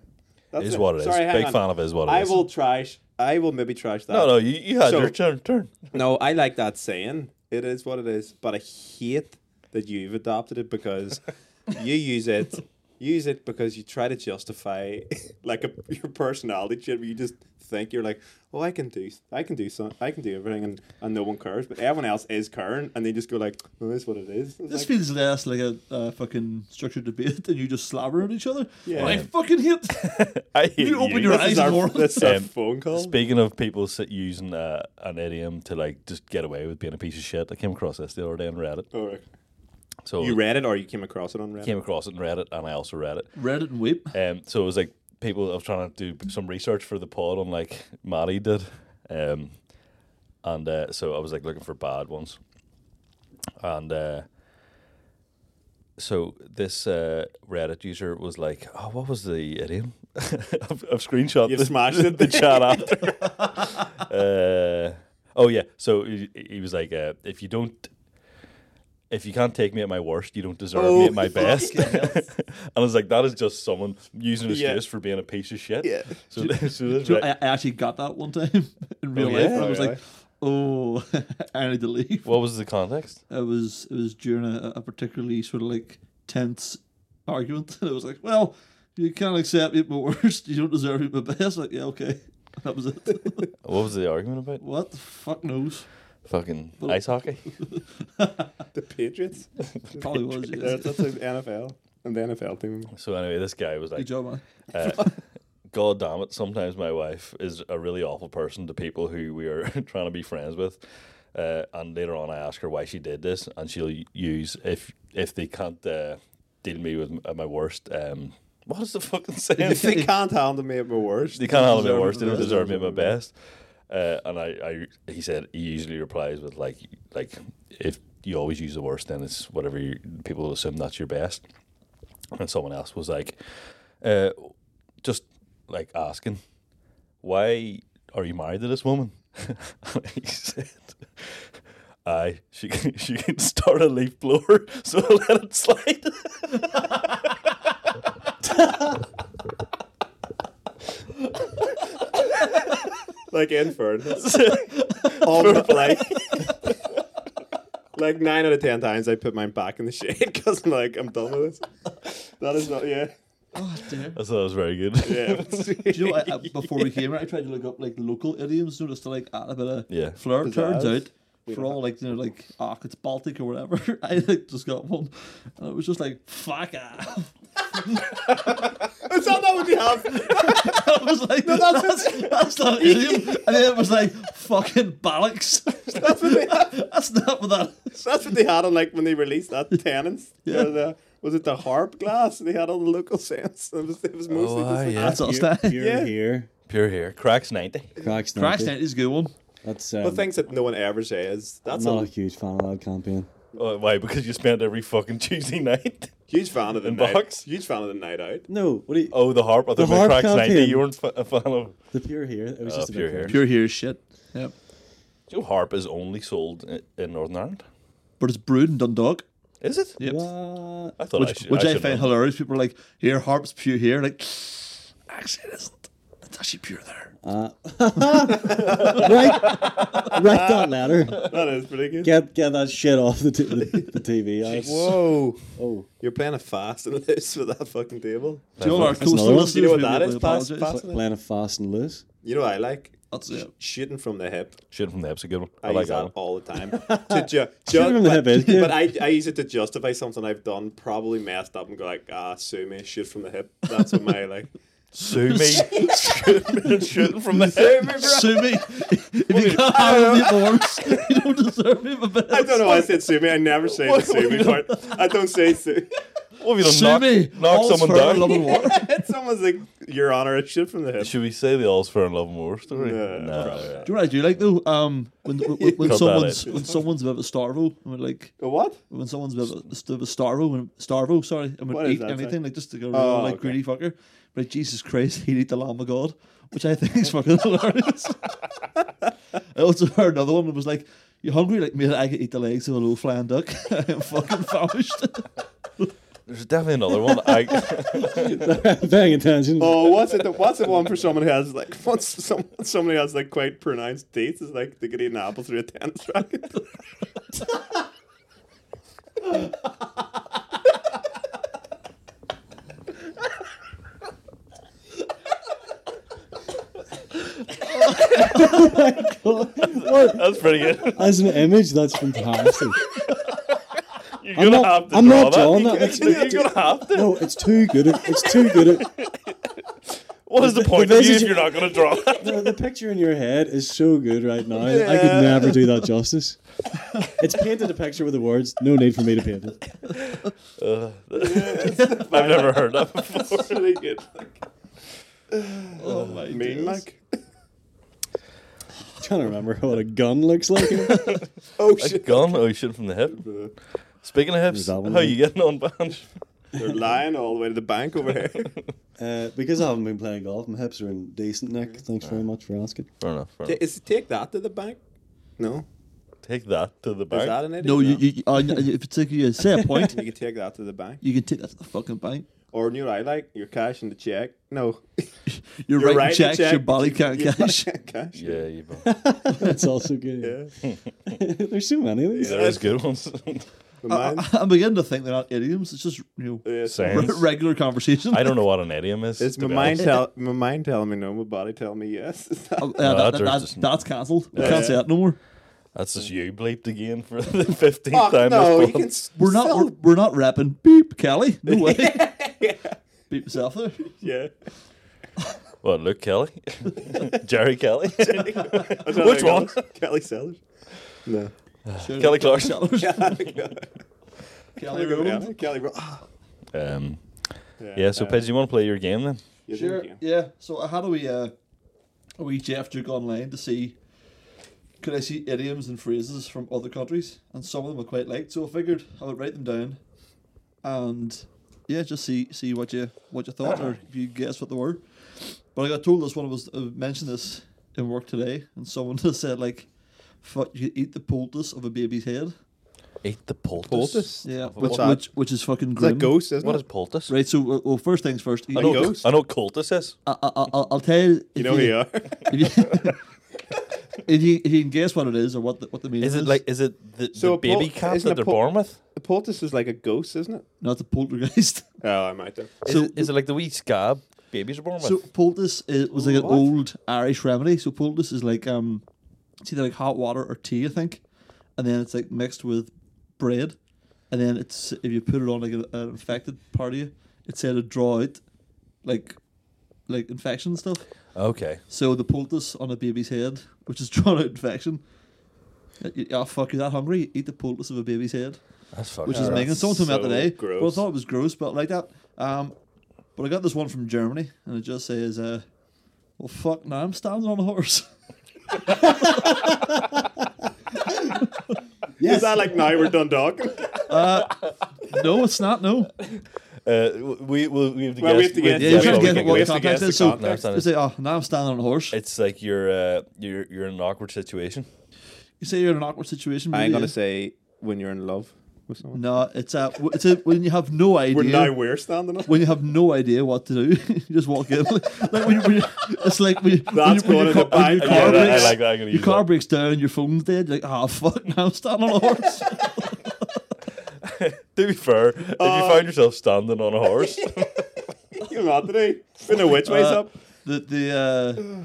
That's is what it is. Sorry, hang Big on. fan of is what it is. I will trash. I will maybe trash that. No, no, you, you had So- your turn. turn. No, I like that saying. It is what it is, but I hate that you've adopted it because you use it. Use it because you try to justify like a, your personality shit. Where you just think you're like, oh, I can do, I can do something, I can do everything, and, and no one cares. But everyone else is caring, and they just go like, oh, that's what it is. It's This like, feels less like a uh, fucking structured debate than you just slabbering at each other. Yeah. I fucking hate. I hate You open your this is eyes our, more. this is our Um, phone call. Speaking of people sit using uh, an idiom to like just get away with being a piece of shit, I came across this the other day and read it. All right. So You read it, or you came across it on Reddit. came across it and read it, and I also read it. Reddit and weep. Um, so it was like people. I was trying to do some research for the pod on like Maddie did, um, and uh, so I was like looking for bad ones, and uh, so this uh, Reddit user was like, "Oh, what was the idiom?" I've, I've screenshot You've the, smashed the, it. chat after. uh, oh yeah, so he, he was like, uh, "If you don't." If you can't take me at my worst, you don't deserve me Oh, at my best. And I was like, that is just someone using an Yeah. excuse for being a piece of shit. Yeah. So, so this Do you know, right- I, I actually got that one time in real yeah? life. and I Oh, was like, oh, I need to leave. what was the context? It was it was during a, a particularly sort of like tense argument, and it was like, well, you can't accept me at my worst. You don't deserve me at my best. Like, yeah, okay. That was it. What was the argument about? what the fuck knows? Fucking ice hockey. The Patriots. Probably was. Yeah, Yeah. that's the NFL and the NFL team. So anyway, this guy was Good like, job, man. uh, God damn it! Sometimes my wife is a really awful person to people who we are trying to be friends with. Uh, and later on, I ask her why she did this, and she'll u- use if if they can't uh, deal me with m- at my worst. Um, what is the fucking saying? If they can't handle me at my worst, They can't handle me deserve at it worst. They the don't best. deserve me at my best. Uh, and I, I, he said he usually replies with like, like if you always use the worst, then it's whatever you, people assume that's your best. And someone else was like, uh, just like asking, why are you married to this woman? And he said, "I she can, she can start a leaf blower, so I let it slide." like inference. On the, like, like nine out of ten times I put mine back in the shade because I'm like I'm done with this. That is not yeah Oh, dear. I thought that was very good. yeah. Do you know, I, I, before we came here, I tried to look up like local idioms, you know, just to like add a bit of Yeah. flair. Turns Pizzazz. out, for all like you know, like ah, it's Baltic or whatever, I like just got one, and it was just like fuck off. Is that not what you have? I was like, no, that's, that's, not an idiom. And then it was like fucking ballocks. That's what they have. That's not what that is. That's what they had on like when they released that tenants. Yeah. The, was it the harp glass? They had all the local scents. It was, it was Oh, mostly just aye, like yeah. That's all that. Pure Yeah. here. Pure here. Cracks 90. Cracks Crash Nancy. Night is a good one. That's um, the things that no one ever says. I'm That's not a a huge fan of that campaign. Oh, why? Because you spend every fucking Tuesday night. huge fan of the In night. box? Huge fan of the night out. No, what do you, Oh, the harp. I The thought the harp cracks 90. campaign. You weren't uh, f- a fan of. the pure here? It was Oh, just a pure bit here. cringe. Pure here is shit. Yep. Joe Harp is only sold i- in Northern Ireland. But it's brewed in Dundalk. Is it? Yep. What? I thought I Which, should. which I, should find know. hilarious. People are like, here, harp's pure here. Like, actually, it isn't. It's actually pure there. Uh, Write, write that letter. That is pretty good. Get get that shit off the, t- the, the TV. Alex. Whoa. Oh, You're playing a fast and loose with that fucking table. Do you know our coastal another one. listeners You know what maybe that is? will Pass- apologise? pass- playing it fast and loose. You know what I like? That's it. Shooting from the hip. Shit from the hip's a good one. I, Ah, I, like use that that one. all the time. to ju- ju- Shooting from the hip is but, good. but I, I use it to justify something I've done, probably messed up, and go like, ah, sue me, shoot from the hip. That's what my like. Sue me. Shooting from the hip. Sue me, bro. Sue me. if you can't have any awards, you don't deserve it. But I don't know why I said sue me. I never say the What- sue me part. I don't say sue. What have you Sue done? me. Knock, knock All's someone fair in love down. and war. Someone's like, Your Honor, I shoot from the hip. Should we say the All's Fair in Love and War story? No, Do you know what I do like though? Um, when when, when Cut that someone's out. when someone's a bit of a starvo, and we're like A what? when someone's a bit of a, st- of a starvo, and starvo, sorry, and What would is eat that, anything sorry? like just to go Oh, like okay. greedy fucker. But like, Jesus Christ, he'd eat the Lamb of God, which I think is fucking hilarious. I also heard another one that was like, "You hungry? Like me? I could eat the legs of a low flying duck. I'm fucking famished." There's definitely another one. I. Paying attention. Oh, what's it? What's it one for someone who has like what's some somebody who has like quite pronounced dates? Is like they could eat an apple through a tennis racket. What? That's pretty good. As an image, that's fantastic. You're gonna I'm not- have to I'm draw not that. drawing You're that. It's- gonna- You're gonna have to. No, it's too good. At, it's too good. At, What is the the point of you if visage- you're not gonna draw that? the, the picture in your head is so good right now. I could never do that justice. It's painted a picture with the words. No need for me to paint it. I've never heard that before. really good. oh my Mean like. trying to remember what a gun looks like. Oh A shit. gun? Oh, you shoot from the hip. Speaking of hips, Is that how one are of you getting on, band? They're lying all the way to the bank over here. Uh, because I haven't been playing golf, my hips are in decent nick. Thanks very much for asking. Fair enough. Fair T- enough. is take that to the bank? No. Take that to the Is that bank. an idiot? No, you, you, you- uh, if it's like you say a point, You can take that to the bank. you can take that to the fucking bank. Or you know what I like? You're cashing the check. No. You're, You're writing writing checks, check, your body but can't you- you cash. can't cash. Yeah, you both. That's also good. Yeah. There's so many of these. There is good ones. Mine, I'm beginning to think they're not idioms. It's just you know yeah. Saying. regular conversation. I don't know what an idiom is. It's to my be mind honest. tell my mind telling me no, my body telling me yes. Is that- Uh, No, that, that's that- just- that's cancelled. We can't say that no more. That's just you bleeped again for the fifteenth Fuck time. no, this you month. can. s- We're not still- we're, we're not rapping. Beep Kelly. No way. Beep myself there. yeah. What? Luke Kelly, Jerry Kelly, Which one? Kelly Sellers. No. Kelly Clarkson. Kelly Rowland. Kelly. Ro- ah. Um, yeah. So, Pidge, you want to play your game then? Yeah, Sure. thank you. Yeah. So I had a wee uh, a wee Jeff Duke online to see could I see idioms and phrases from other countries, and some of them I quite liked. So I figured I would write them down, and yeah, just see see what you what you thought or if you guessed what they were. But I got told this one was I mentioned this in work today, and someone just said like, "Fuck, you eat the poultice of a baby's head." Eat the poultice. Poultice? Yeah, Of a- which that? which, which is fucking It's a grim. ghost, isn't What it? is poultice? Right. So well, well, first things first. I You, know. you- ghost? I know. Cultus is. I, I, I'll, I'll tell you. You if know who you are. if you, if you if you can guess what it is or what the, what the meaning Is is, it like? Is it the, So the a baby poul- cat isn't that a they're poul- born with? The poultice is like a ghost, isn't it? not the poltergeist? Oh, I might have. Is, So- it, is it like the wee scab babies are born with? so poultice is, was like an What? old Irish remedy. So poultice is like um, it's either like hot water or tea, I think, and then it's like mixed with bread, and then it's if you put it on like an, an infected part of you, it said to draw out, like, like infection and stuff. okay. So the poultice on a baby's head, oh, which is drawn out infection. Ah, fuck, you're that hungry? Eat the poultice of a baby's head. That's fucking. which is right. amazing. Someone told me that so today. But I gross. thought it was gross, but like that. Um, but I got this one from Germany, and it just says, uh, "Well, fuck, now I'm standing on a horse." Is that like now we're done talking? no, it's not. No, Uh, w- we we we have to Well, guess. we have to guess- yeah, Yeah, you're we trying to we get can- what we have the to contact guess is. the So context. they say, "Oh, now I'm standing on a horse." It's like you're uh, you're you're in an awkward situation. You say you're in an awkward situation. I maybe, ain't gonna yeah. say when you're in love with someone. No, it's a, w- it's a, when you have no idea. We're now we're standing up. when you have no idea what to do, you just walk in. Like, when you, when you, it's like when, you, when, you, That's when, going your in the car, when bank. your Yeah, car that- I breaks, like that, I'm gonna your use car that. breaks down, your phone's dead. You're like, ah, fuck, now I'm standing on a horse. To be fair, if you Uh, find yourself standing on a horse, You're not today. Been a which ways Uh, up. the the uh,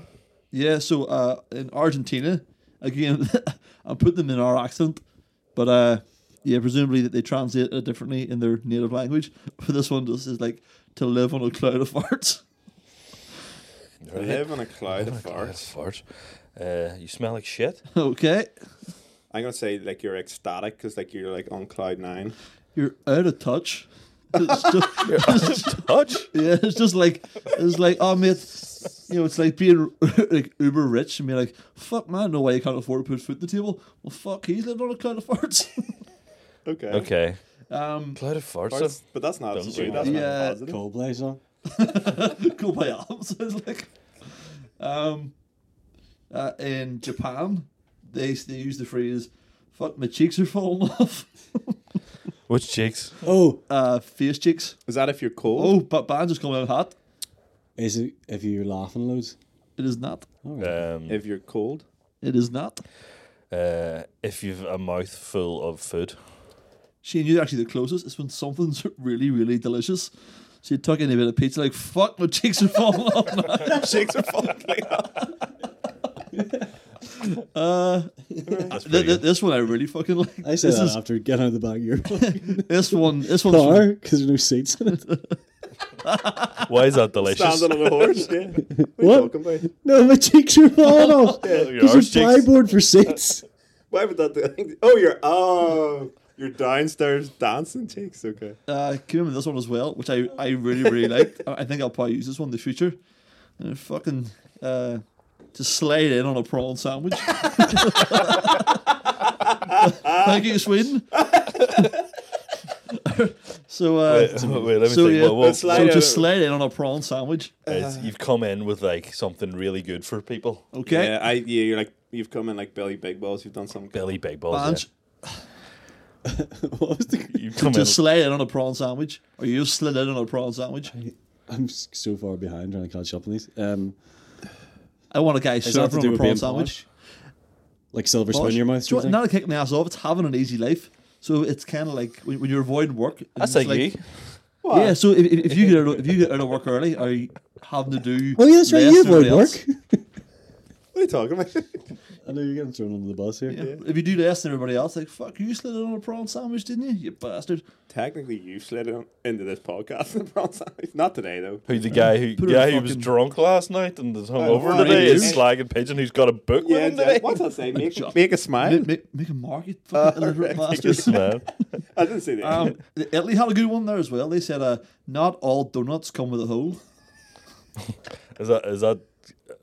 yeah. So uh, in Argentina, again, I'm putting them in our accent, but uh, yeah, presumably that they translate it differently in their native language. But this one just is like to live on a cloud of farts. Live on a cloud of farts. fart. Uh, you smell like shit. okay, I'm gonna say like you're ecstatic because like you're like on cloud nine. you're out of touch. It's just, Touch. yeah, it's just like it's like oh mate, you know, it's like being like uber rich and being like fuck man, no way you can't afford to put food on the table. Well, fuck, he's lived on a cloud of farts. Okay. Okay. um, Cloud of farts. Farts, but that's not Doesn't true. seem That's like not that. positive. Coldplay song. go by arms. it's like, um, uh, in Japan, they they use the phrase "fuck my cheeks are falling off," Which cheeks? Oh, uh, face cheeks. Is that if you're cold? Oh, but bands just coming out hot. is it if you're laughing loads? It is not. Um, If you're cold, It is not. uh, if you've a mouth full of food. She knew actually the closest is when something's really really delicious. So you tuck in a bit of pizza, like fuck my cheeks are falling off. now." Chicks are falling off. That's Th- pretty th- good. this one I really fucking like. I said this that is after getting out of the back of your this one. This one's car because there's no seats in it. Why is that delicious? Standing on a horse. Yeah. What? Talking about. No, my cheeks are falling off. Your There's a arse cheeks. plyboard for seats. Why would that? Do? Oh, you're oh, you're downstairs dancing chicks. Okay. Uh, can you remember this one as well, which I, I really really liked. I I think I'll probably use this one in the future. Uh, fucking uh, just slide in on a prawn sandwich. Thank you, Sweden. so uh, Wait, wait, let me so think. yeah, Well, well, It's like- uh, Slide so just in. slide in on a prawn sandwich. it's- you've come in with like something really good for people. Okay, Yeah, I yeah, you're like you've come in like Billy Big Balls. You've done something. Billy Big Balls. Banj, What was the? Yeah. You've come in. just slide in on a prawn sandwich, or you just slid in on a prawn sandwich. I'm s- so far behind trying to catch up on these. Um, I want a guy is that to serving do on a with prawn being sandwich. posh? Like silver spoon Boss, in your mouth. do you sort know, of not a kick in the ass off. It's having an easy life. So it's kind of like when, when you're avoiding work. and That's it's like, you. Yeah. So if, if, if you get out of, if you get out of work early, are you having to do? thing? Oh yeah, that's right. less You than avoid everybody work. else? What are you talking about? I know you're getting thrown under the bus here. Yeah. If you do less than everybody else, like fuck, you slid in on a prawn sandwich, didn't you? You bastard. Technically, you've slid in, into this podcast in France. Not today though. Who the guy who Put it yeah in he was fucking- drunk last night and is hungover fuck today you. is slagging pigeon who's got a book Yeah, with him today. exactly. what's that say? Make, job. make a smile. Make, make, make a market, fucking illiterate bastard. Man. I didn't say that. Um, Italy had a good one there as well. They said, uh, "Not all donuts come with a hole." Is that is that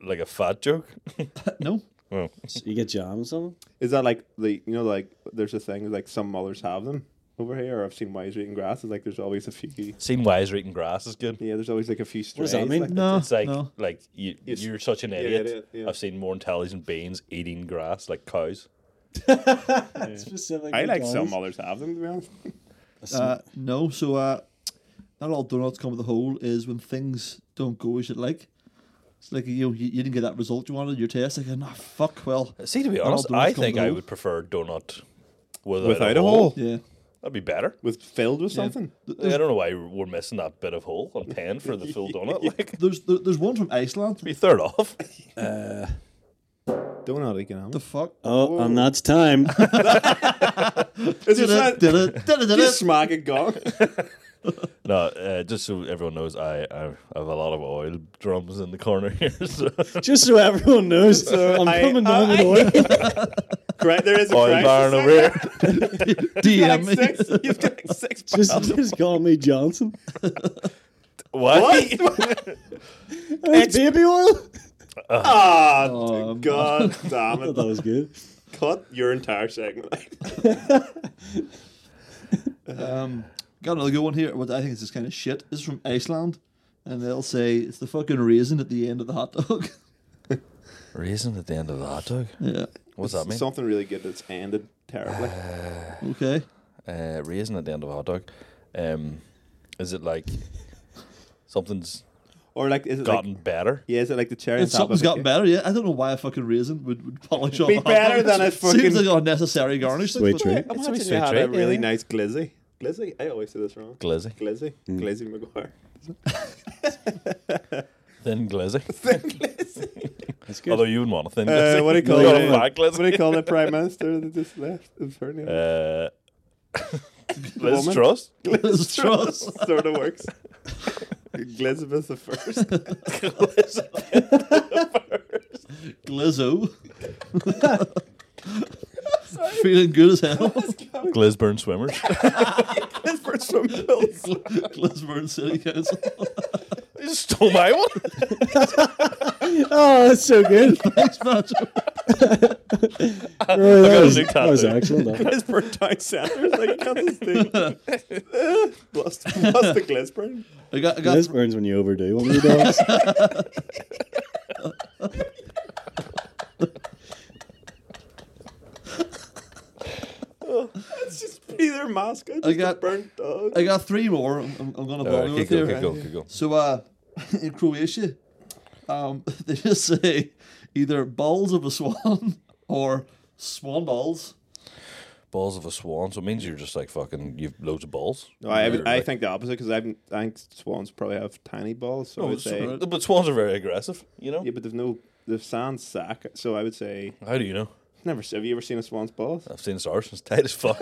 like a fat joke? No, Oh. So you get jam or something. Is that like the you know like there's a thing like some mothers have them over here, or I've seen wives eating grass. It's like there's always a few. Seen why is eating grass is good. Yeah, there's always like a few strays. does that mean? Like, no, It's like no. like you Yes. you're such an idiot. idiot, yeah. I've seen more intelligent beings eating grass like cows. Specific I like some McDonald's. mothers have them. To be honest, Uh, no, so uh, not all donuts come with a hole is when things don't go as you'd like. It's like you, you you didn't get that result you wanted in your test. Like, nah, fuck, well, See to be all honest, donuts I come think with a I hole. would prefer donut without, Without a a hole. hole. yeah. That'd be better. with filled with something. I don't know why we're missing that bit of hole. I'm paying for the full donut. Like There's there, there's one from Iceland. be third off. Donut economics. The fuck? Oh, and that's time. It's Did it? Did it? Did it? Just Did it? smack it gone. No, uh, just so everyone knows, I, I have a lot of oil drums in the corner here. So Just so everyone knows, I'm I- coming I- down with oil. Correct. There is a oil crisis. barn over here. DM me. Six. You've got like six. Just, just call me Johnson. What? It's baby oil. Ah, Oh, Um, God damn That it! was good. Cut your entire segment. Um, got another good one here. What I think is just kind of shit. This is from Iceland, and they'll say it's the fucking raisin at the end of the hot dog. Raisin at the end of the hot dog. yeah. What's that mean? Something really good that's ended terribly. Okay. Uh, raisin at the end of a hot dog. Um, is it like something's Or like, is it gotten like? better? Yeah, is it like the cherry? And on top something's of gotten it? better, yeah. I don't know why a fucking raisin would, would polish off. Be a hot better dog. than a Seems fucking- like unnecessary garnish. like, Sweet but- treat. Imagine It's a you sweet had a treat, really yeah. nice glizzy. Glizzy? I always say this wrong. Glizzy, Glizzy. Mm. Glizzy McGuire. thin glizzy. That's Although good. you wouldn't want a thin Uh, glizzy. what do you You'd call want it? a fat What do glizzy. you call the prime minister that just left? It was her name. Uh, Liz Woman? Truss. Liz Truss. sort of works. Elizabeth the first. Glizzo. Feeling good as hell. Glisburn swimmers. His first from Bills. Lisburn City Council. They just stole my one. Oh, that's so good. Thanks, Macho. Roy, that, a was, new that was tattoo. excellent. that. Lisburn Town Centre. Like, you can't just think. Plus, plus the Glisburn. I got, I got This burns when you overdo one of your dogs. It's just either mascot. Just I I got got- burnt dog. I got three more. I'm, I'm, I'm gonna bother Alright, keep with here. going, keep going, keep going. So, uh, in Croatia, um, they just say either balls of a swan or swan balls. Balls of a swan. So it means you're just like fucking. You've loads of balls. No, I, You're would, I like- think the opposite because I think swans probably have tiny balls. So I Oh, would say, so- but swans are very aggressive. You know. yeah, but there's no the sand sack. So I would say, How do you know? never. Have you ever seen a swan's balls? I've seen stars. It's tight as fuck.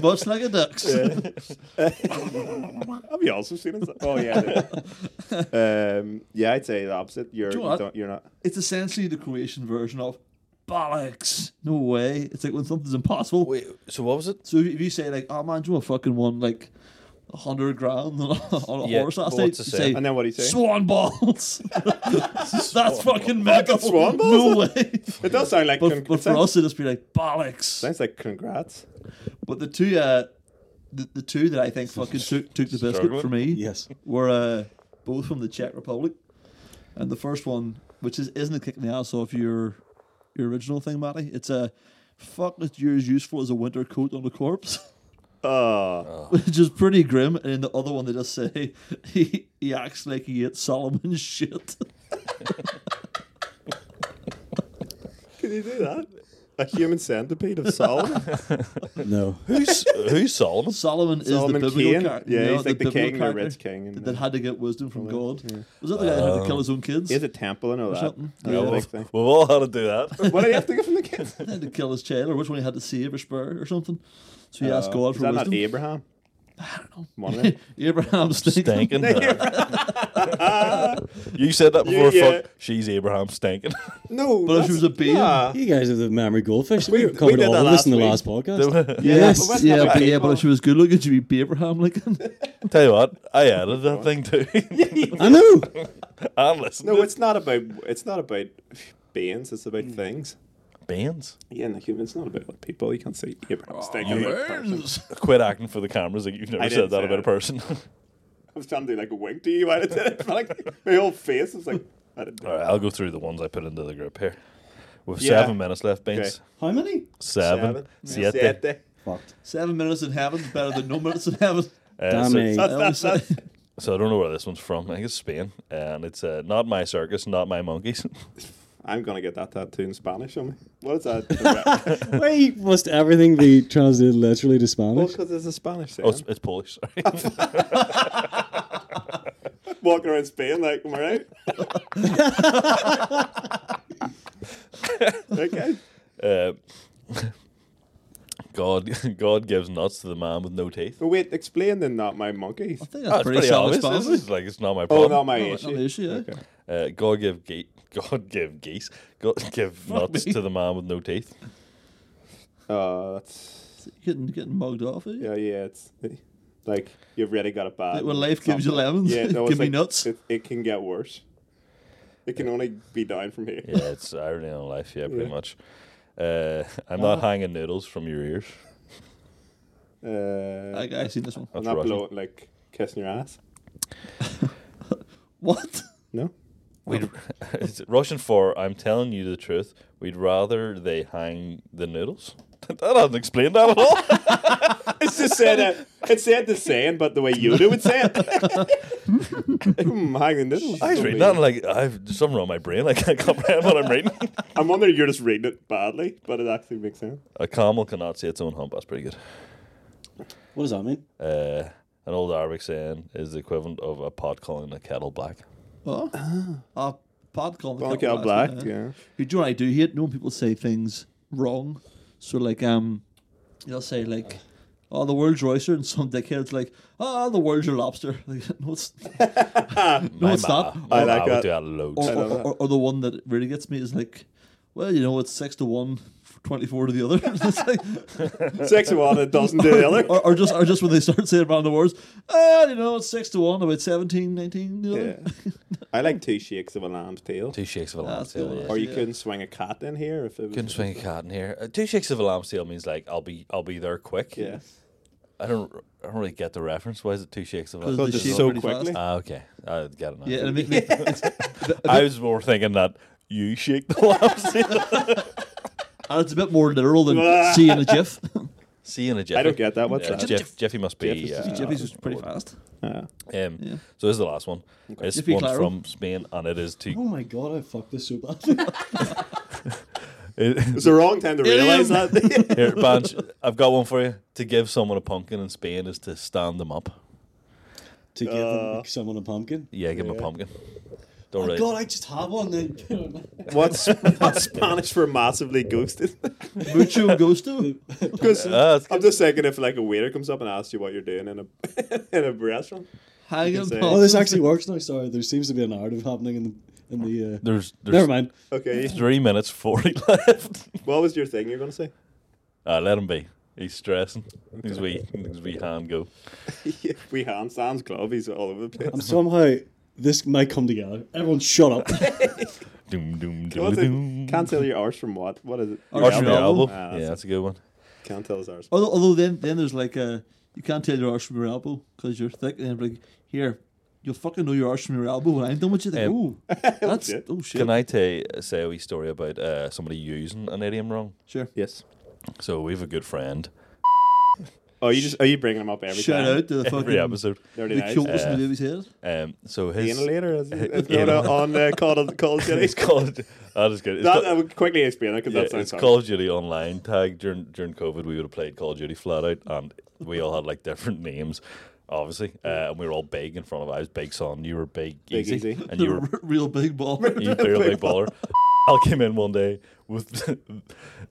Much like a duck's. Have you also seen a? sa- Oh yeah. yeah. um, yeah, I'd say the opposite. You're Do you you know what? don't, you're not. It's essentially the Croatian version of bollocks. No way. It's like when something's impossible. Wait. So what was it? So if you say like, "Oh man, do you want fucking one like a hundred grand on a, on a Yeah, horse last but night?" what's You it say, say? And then what do you say? swan balls. That's fucking mental. swan No way. It does sound like. con- But, but it for sounds, us, it'd just be like bollocks. sounds like congrats. But the two, uh, the, the two that I think fucking took, took the biscuit Struggling? for me Yes. were uh, both from the Czech Republic, and the first one, which is isn't a kick in the ass off your your original thing, Matty. It's a fuck that you're as useful as a winter coat on a corpse. Oh, which is pretty grim. And in the other one, they just say he, he acts like he ate Solomon's shit. can you do that? A human centipede of Solomon. No. Who's who's Solomon? Solomon is Solomon the biblical Cain? character. Yeah, you know, he's like the, biblical king, the character rich king. And That uh, had to get wisdom from God. Was that the guy that had to kill his own kids? he has a temple and all or that. something? That Yeah. big We've thing. we've all had to do that. What do you have to get from the kids? He had to kill his child, or which one he had to save or spare or something. So he asked God Oh, Uh, Is for that wisdom. not Abraham? I don't know. Abraham Stinkin. Stinking. you said that before. Yeah, yeah. Fuck. She's Abraham Stinking. no, But if she was a bee, nah. You guys have the memory goldfish. We, We- we covered did all that of this in the last last podcast. but yes. that's yeah, not but a yeah, but people. if she was good looking, she'd be Abraham Lincoln. Tell you what, I added that thing too. I know. I'm listening. No, to it's not about it's not about beings. It's Hmm. about things. bands. Yeah, and the human. It's not about people. You can't say Abraham Oh, Stinking. about a person. Quit acting for the cameras like you've never I said didn't that say about a it. person. I was trying to do like a wink to you. I did it. Like my whole face was like. I didn't do all it. right, I'll go through the ones I put into the group here. With Yeah. seven minutes left, Beans. Okay. How many? Seven. Siete. Siete. Fucked. Seven minutes in heaven's better than no minutes in heaven. Uh, Damn so- it. I always say- So I don't know where this one's from. I think it's Spain, and it's uh, not my circus, not my monkeys. I'm gonna get that tattoo in Spanish on me. What is that? Why must everything be translated literally to well, Spanish? because it's a Spanish thing. oh, it's, it's Polish. Sorry. Walking around Spain, like, am I right? okay. uh, God, God gives nuts to the man with no teeth. Oh, wait, explain then not my monkeys. I think That's that's pretty, solid obvious. This is like it's not my Oh, problem. not my Spanish. issue. Not an issue, yeah. Uh, God give ge- God give geese. God give nuts me. to the man with no teeth. Oh, that's Getting getting mugged off. eh? Yeah. yeah, yeah. It's like you've really got it bad. Like when life gives you lemons, Yeah, no, give it's me like, nuts. It, it can get worse. It can only be down from here. Yeah, it's irony on life. Yeah, pretty much. Uh, I'm not hanging noodles from your ears. Uh, I I seen this one. I'm That's not Russian. blowing like kissing your ass. What? No. We'd, it's Russian for I'm telling you the truth. We'd rather they hang the noodles. That doesn't explain that at all. It's just said it. It said the same, but the way you do it said. hmm, hang the noodles. I was reading that and like I've there's something wrong with my brain. I can't comprehend what I'm reading. I'm wondering if you're just reading it badly, but it actually makes sense. A camel cannot see its own hump. That's pretty good. What does that mean? Uh, an old Arabic saying is the equivalent of a pot calling a kettle black. What? Uh, pod called Don't get black. Yeah. You know what I do hate? Knowing people say things wrong. So like um, they'll say like, "Oh, the world's your oyster," and some dickhead's like, "Oh, the world's your lobster." Like, no, it's, My it's ma- not. my I ma like would that. Oh. do that loads. or, or, or, or the one that really gets me is like, well, you know, it's six to one, 24 to the other. It's like- Six of one, it doesn't do the other. or, or just or just when they start saying random words, ah, you know, it's six to one, about 17, 19, the other. Yeah. I like two shakes of a lamb's tail. Two shakes of a lamb's That's tail. good. Yeah. Or you Yeah. couldn't swing a cat in here if it was. Couldn't swing a cat in here. Uh, two shakes of a lamb's tail means like I'll be I'll be there quick. Yeah. I don't I don't really get the reference. Why is it two shakes of a Because lamb's they tail? shake so pretty quickly. fast. Ah, okay. I get it now. Yeah, and it make- make- I was more thinking that you shake the lamb's tail. and it's a bit more literal than seeing a GIF. Seeing a Jeffy. I don't get that. What's Yeah, that? Jeff, Jeffy must be. Jeff is- uh, GIF is just pretty fast. Uh, Um, Yeah. So this is the last one. It's Yippee one claro. from Spain, and it is Oh to my god, I fucked this so badly. it, it's the wrong time to realize that. here, Banch, I've got one for you. To give someone a pumpkin in Spain is to stand them up. to give them- someone a pumpkin. Yeah, give them a pumpkin. Don't Oh really. God, I just had one. Then. what's, what's Spanish for massively ghosted? Mucho gusto. Because Ah, that's I'm just thinking if like a waiter comes up and asks you what you're doing in a in a restaurant. Hanging say- oh, pop. this actually works now. Sorry, there seems to be a narrative happening in the in the. Uh, There's, there's never mind. Okay, Three minutes forty left. what was your thing you're gonna say? Ah, let him be. He's stressing. His wee, his wee hand go. we hand Sam's glove. He's all over the place. And somehow this might come together. Everyone, shut up. Doom, doom, doom, What's it? doom. Can't tell your arse from what? What is it? Arse Arch from Oh, your your elbow. elbow? Ah, yeah, that's- that's a good one. Can't tell his arse. Although, although then then there's like a you can't tell your arse from your elbow because you're thick and like here you'll fucking know your arse from your elbow when I'm done with you. Like, Um, ooh, that's shit. oh shit. Can I ta- uh, say a wee story about uh, somebody using an idiom wrong? Sure. Yes. So we have a good friend. Oh, you just are you bringing him up every Shout time? out to the Every fucking episode. Dirty the nice. cutest in the movie's head. Um, so his Annihilator is, is Yeah. going on uh, Call of Call of Duty. it's called. That is good. It's That, called- I would quickly explain it because Yeah, that sounds it's Call of Duty Online tag during during COVID. We would have played Call of Duty flat out, and we all had like different names, obviously, uh, and we were all big in front of. I was Big Son, you were Big, Big Easy, Easy. and you were real big ball. you big, big baller. I came in one day with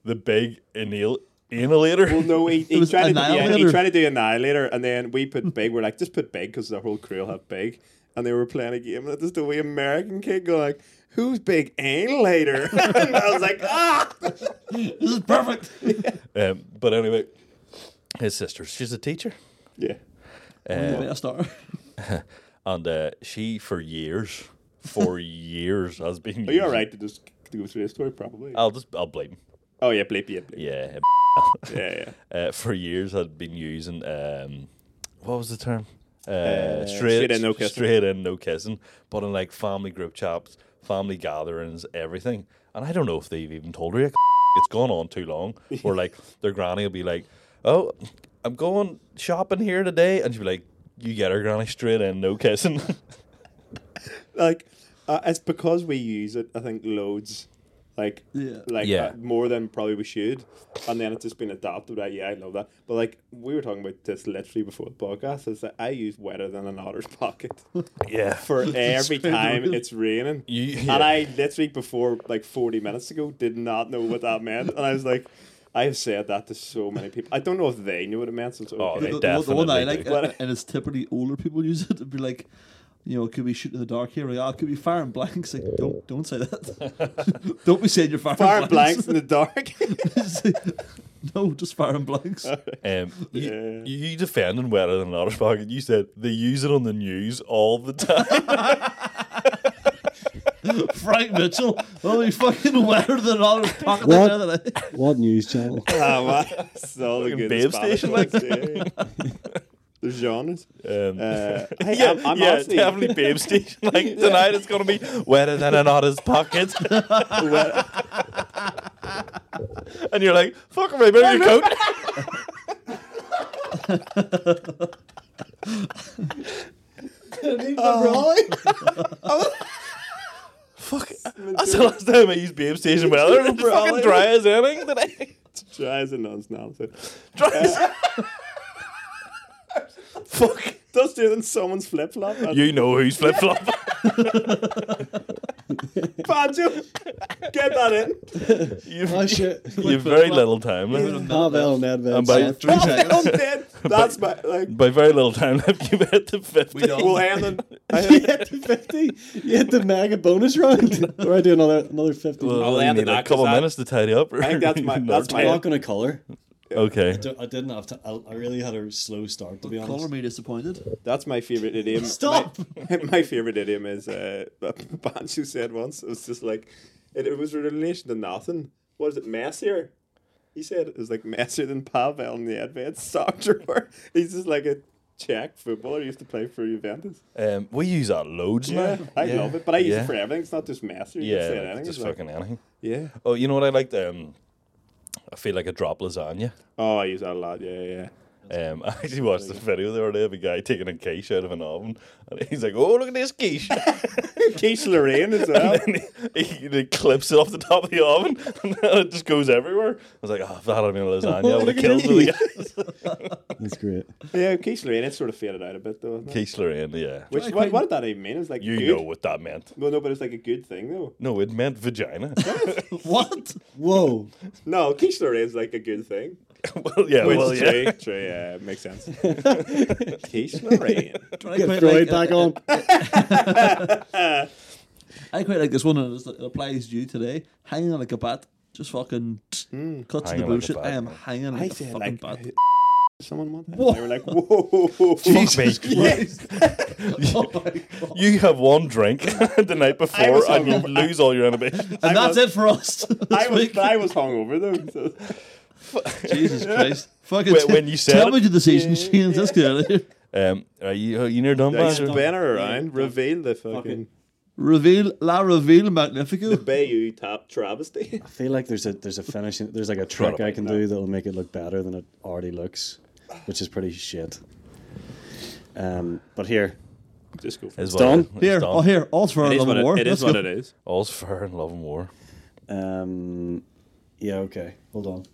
the big anal annihilator. Well, no, he, he, was tried to, yeah, he Annihilator. tried to do Annihilator, and then we put Big. We're like, just put Big because the whole crew will have Big. And they were playing a game, and just the way American kid go like, "Who's Big Annihilator?" and I was like, "Ah, this is perfect. Um, but anyway, his sister, she's a teacher. Oh, yeah." Um, a star. and uh, she for years, for years has been. Are you all right to just to go through the story? Probably. Uh, I'll just I'll blame. oh yeah, bleep, yeah, bleep. Yeah, yeah, uh, for years had been using um, what was the term? Uh, straight in, no kissing. Straight in, no kissing. But in like family group chats, family gatherings, everything. And I don't know if they've even told her yet. It's gone on too long. Or like their granny will be like, "Oh, I'm going shopping here today," and she'll be like, "You get her, granny, straight in, no kissing." yeah. Like, uh, it's because we use it. I think loads. Like, Yeah. like Yeah. uh, more than probably we should, and then it's just been adopted. Right? Yeah, I love that. But like we were talking about this literally before the podcast, is that I use wetter than an otter's pocket yeah. for every time it's raining, You- yeah. and I literally before like forty minutes ago did not know what that meant, and I was like. I have said that to so many people. I don't know if they knew what it meant. Since Oh, okay. they the, the one- the one I definitely like, do. uh, and it's typically older people use it. It'd be like, you know, it could be shoot in the dark here. Like, oh, it could be fire and blanks. Like, don't don't say that. don't be saying you're fire, Fire and blanks in the dark. no, just fire and blanks. Um, you, Yeah. you defending wetter than an Irish pocket. You said they use it on the news all the time. Frank Mitchell, only fucking wetter than all his pocket. What? there that I- What news channel? ah, man. It's all the Fucking good babe Spanish station, ones, yeah. The er genres. Um, Uh, I, yeah, I'm, I'm yeah, actually definitely babe station. Like tonight, it's gonna be wetter than an otter's pocket. and you're like, "Fuck, I better your coat." Fuck, that's the last time I used babe station weather. It's fucking dry as anything today. dry as a nun's nonsense. Dry as Eh, Fuck. Does do it in someone's flip flop. you know who's flip flop. Banjo, get that in. You've, Oh shit! you've very little time left. Pavel Nedved. And by- said- Three seconds. I'm dead. That's my like. By very little time left, you bet the fifty. We don't. We'll end on. I Oh, you have, had the 50. You had the mega bonus round. or I do another another 50. Well, I'll we end need it a now, 'cause couple I- minutes to tidy up. I think that's my- that's I'm my- not going to colour. Okay. D- I didn't have to. I, I really had a slow start, to be Colour honest. me disappointed. that's my favorite idiom. Stop! My, my favorite idiom is uh, that Banjo said once. It was just like, it, it was in relation to nothing. What is it, messier? He said it was like messier than Pavel in the advanced soccer. He's just like a Czech footballer. He used to play for Juventus. Um, we use that loads Yeah, now. I love it, but I use Yeah. it for everything. It's not just messier. you can Yeah, say like, anything. just It's like- fucking anything. yeah. Oh, you know what I like? Um, I feel like a drop lasagna. Oh, I use that a lot. Yeah, yeah. Um, I actually watched the video the other day of a guy taking a quiche out of an oven, and he's like, "Oh, look at this quiche!" Quiche Lorraine as well. and he, he, he clips it off the top of the oven, and then it just goes everywhere. I was like, "Oh, if that had been a lasagna, I would have killed the guy." That's great. yeah, quiche Lorraine. It sort of faded out a bit though. hasn't it? Quiche Lorraine, yeah. Which what, what did that even mean? It's like You good. know what that meant? No, no, but it's like a good thing though. No, it meant vagina. What? Whoa. No, quiche Lorraine's like a good thing. well, yeah, Which well, is yeah. true, true, yeah, it makes sense. quiche Lorraine. I Get quite Freud like, uh, back on. I quite like this one, and it's- it applies to you today. Hanging like a bat, just fucking cuts to the Hanging like a bullshit. bat, I am yeah. hanging like Mm. uh, I a said fucking like bat. someone one time. Whoa. They were like, whoa, Jesus oh my god! You have one drink the night before was and you hungover. lose all your inhibitions. And was- that's it for us. this I was, week. but I was hungover though. So. Jesus Christ! Fucking When- when you said tell it- me the season's changed. Let's get out of here. Um, are you, are you near done, Like, Badger? spin her around, reveal the fucking Fucking- Reveal, la reveal, magnifico. Bayou top travesty. I feel like there's a there's a finishing there's like a trick I can do that'll make it look better than it already looks, which is pretty shit. Um, but here, Just go for It's done. It's Here, done. oh here, all's for our It is love what and war. it, it is Let's what go. it is. All's Oh, fair in love and war. um, yeah, okay, hold on.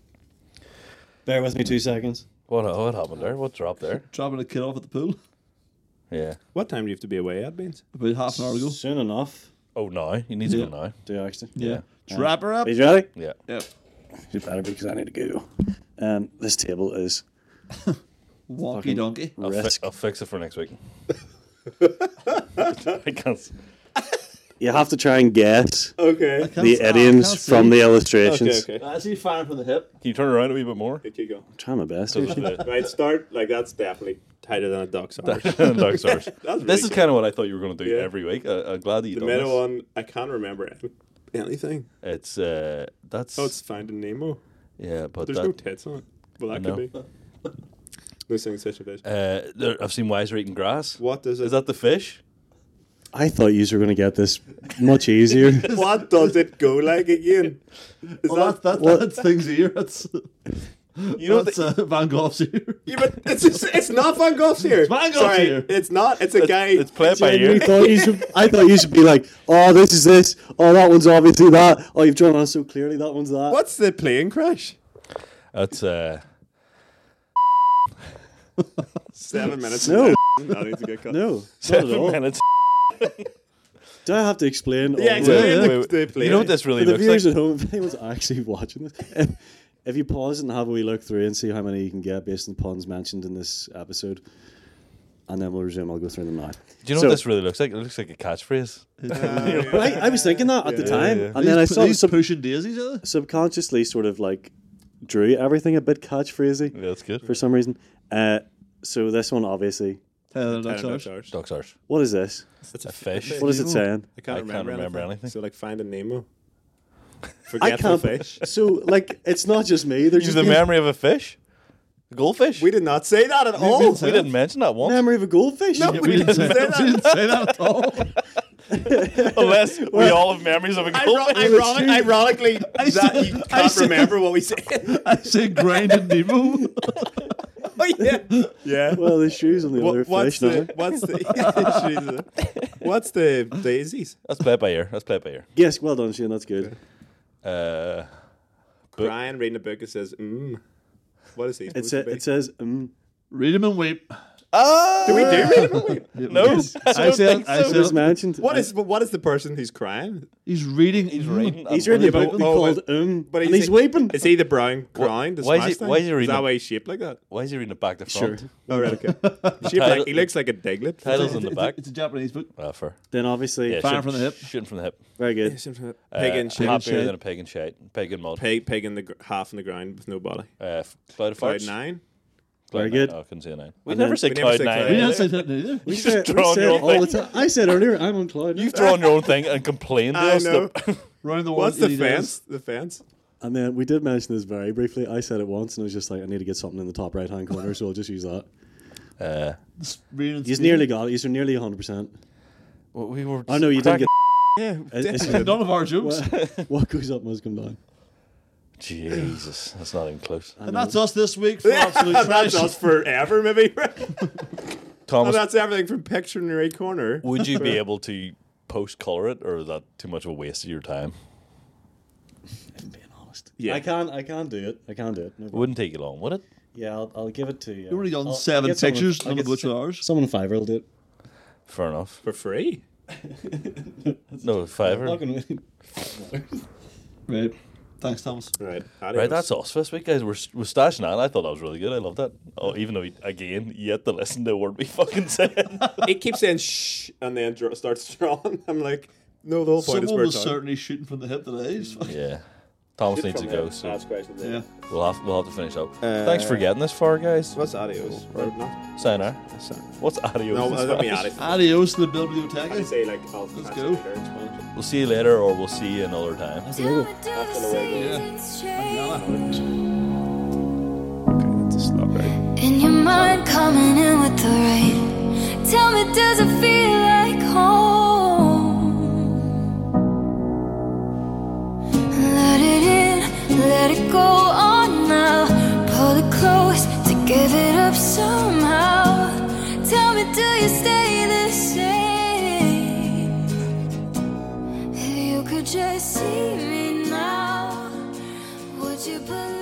Bear with me two seconds. What, what happened there? What dropped there? Dropping a kid off at the pool Yeah. What time do you have to be away at, Beans? about half an hour ago. Soon enough. Oh, now. You need to Yeah. go now. Do you actually? Yeah, trap her up. Are you ready? Yeah. Yep. You better because I need to go. Um, this table is Wonky donkey. I'll, fi- risk. I'll fix it for next week. I can't. s- You have to try and guess Okay. the idioms from the illustrations. Okay, okay. Actually, firing from the hip. Can you turn around a wee bit more? Keep going. Try my best. Right, start like that's definitely tighter than a duck's arm. Dark Stars. really this is good. kind of what I thought you were going to do Yeah. every week. I, I'm glad that you the done middle this. one, I can't remember any- anything. It's uh, that's Oh, it's Finding Nemo. yeah, but There's that, no tits on it. Well, that know. could be. No singing session fish. uh, there, I've seen Wiser eating grass. What does it? is that? The fish? I thought you were going to get this much easier. what does it go like again? Is Well, that, that? that, that's things here. That's you know that's uh, Van Gogh's here. Yeah, but it's just, it's not Van Gogh's here. It's Van Gogh's Sorry, here. it's not. It's a guy. It's played by We ear. thought you should, I thought you should be like, oh, this is this. Oh, that one's obviously that. Oh, you've drawn on so clearly. That one's that. What's the plane crash? That's uh, Seven minutes. No. that needs to get cut. No, not at seven all. minutes. Do I have to explain? all Yeah, this? explain wait, the, wait. the plane. You know what this really For the looks viewers like? at home, if anyone's actually watching this, if you pause and have a wee look through and see how many you can get based on the puns mentioned in this episode, and then we'll resume. I'll go through them now. Do you know So- what this really looks like? It looks like a catchphrase. Right, I was thinking that at the time, yeah. and then I These pu- saw these sub- pushing daisies. Are they? subconsciously sort of like drew everything a bit catchphrasy Yeah, that's good. for some reason. Uh, so this one, obviously, Tyler Duck Canada Stars. Stars. Ducks are what is this? It's a fish. What is it saying? I can't, I can't remember anything. So like Finding Nemo. I Forget the can't. fish. So like, it's not just me. There's Use just the been- memory of a fish, a goldfish. We did not say that at all. We didn't mention that once. memory of a goldfish. No, we didn't say that. Didn't say that at all. Unless we all have memories of a Iro- goldfish. ironic, ironically, that you I can't said- remember what we said. I said grinding Nemo. oh yeah, yeah. Well, the shoes on the What- other what's fish. now. the what's the Jesus. what's the daisies? Let's play it by ear. Let's play it by ear. Yes, well done, Shane. That's good. Uh, Brian reading a book and says, "Mmm." What is he? It, supposed sa- to be? it says, mm, Read them and weep. ah, Do we do read them? Wait, No, I I don't said. think I so. it was said. mentioned. What is but what is the person who's crying? He's reading. He's reading. He's reading a Yeah, but- book oh, called but- Um, But and he's weeping. Is he the brown crown? why is he- why is he Is reading that it? why he's shaped like that? Why is he reading it back to front? Sure. Oh right, okay. Shaped like, he looks like a diglet. Titles in the It's a- back. It's a Japanese book. Ah, fair. Then obviously, Yeah, Fire shooting- from the hip. Shooting from the hip. very good. Pig Uh, and shit. Happier shite. than a pig and shite. Pig and mud. Pig, pig in the gr- half in the ground with no body. Uh, f- cloud of Cloud farts. nine. Cloud Very nine. good. Oh, I couldn't say a nine. We And never then- say we never cloud say nine. cloud We nine. didn't say that either. We just said, we drawn said your own all the time. I said earlier, I'm on cloud. nine. You've drawn your own thing and complained to I us. know. that- Round the What's world, the 80 fence? days. The fence. And then we did mention this very briefly. I said it once, and I was just like, I need to get something in the top right hand corner, so I'll just use that. uh, Reading and He's speaking. nearly got it. He's nearly 100. percent well, we were. Oh no, you didn't cracking- get. Yeah. It's- damn. it's- None of our jokes. what goes up must come down. Jesus, that's not even close. And that's us this week for Absolute that's Trash. us forever, maybe. Thomas, and that's everything from picture in the right corner. would you be able to post color it, or is that too much of a waste of your time? If I'm being honest, Yeah. I can't. I can't do it. I can't do it. No It wouldn't take you long, would it? Yeah, I'll, I'll give it to you. We've already done I'll- I'll seven get someone- pictures, I'll none get of which se- are ours. Someone in Fiverr will do it. Fair enough. For free? No, fiver. Not gonna win. Right. Thanks, Thomas. Right. Right, that's us for this week, guys. We're, we're stashing that. I thought that was really good. I loved that. Oh, even though, we, again, yet to listen to a word we fucking said. It keeps saying shh and then dr- starts drawing. I'm like, no, the whole point Someone was is we're talking. certainly Mm. shooting from the hip today. He's fucking- yeah. Thomas needs to go, so Ask questions. Yeah. Yeah. we'll have, we'll have to finish up. Thanks for getting this far, guys. What's adios? Or not. Sayonara. Sorry. What's adios? No, uh, in I don't mean Spanish? adios. Adios, the I can biblioteca. say like, I'll Let's translate go. later in Spanish. We'll see you later, or we'll see you another time. In your mind coming in with the rain. Tell me, does it feel like home? Let it in, let it go on now. Pull it close to give it up somehow. Tell me, do you stay the same? If you could just see me now, would you believe?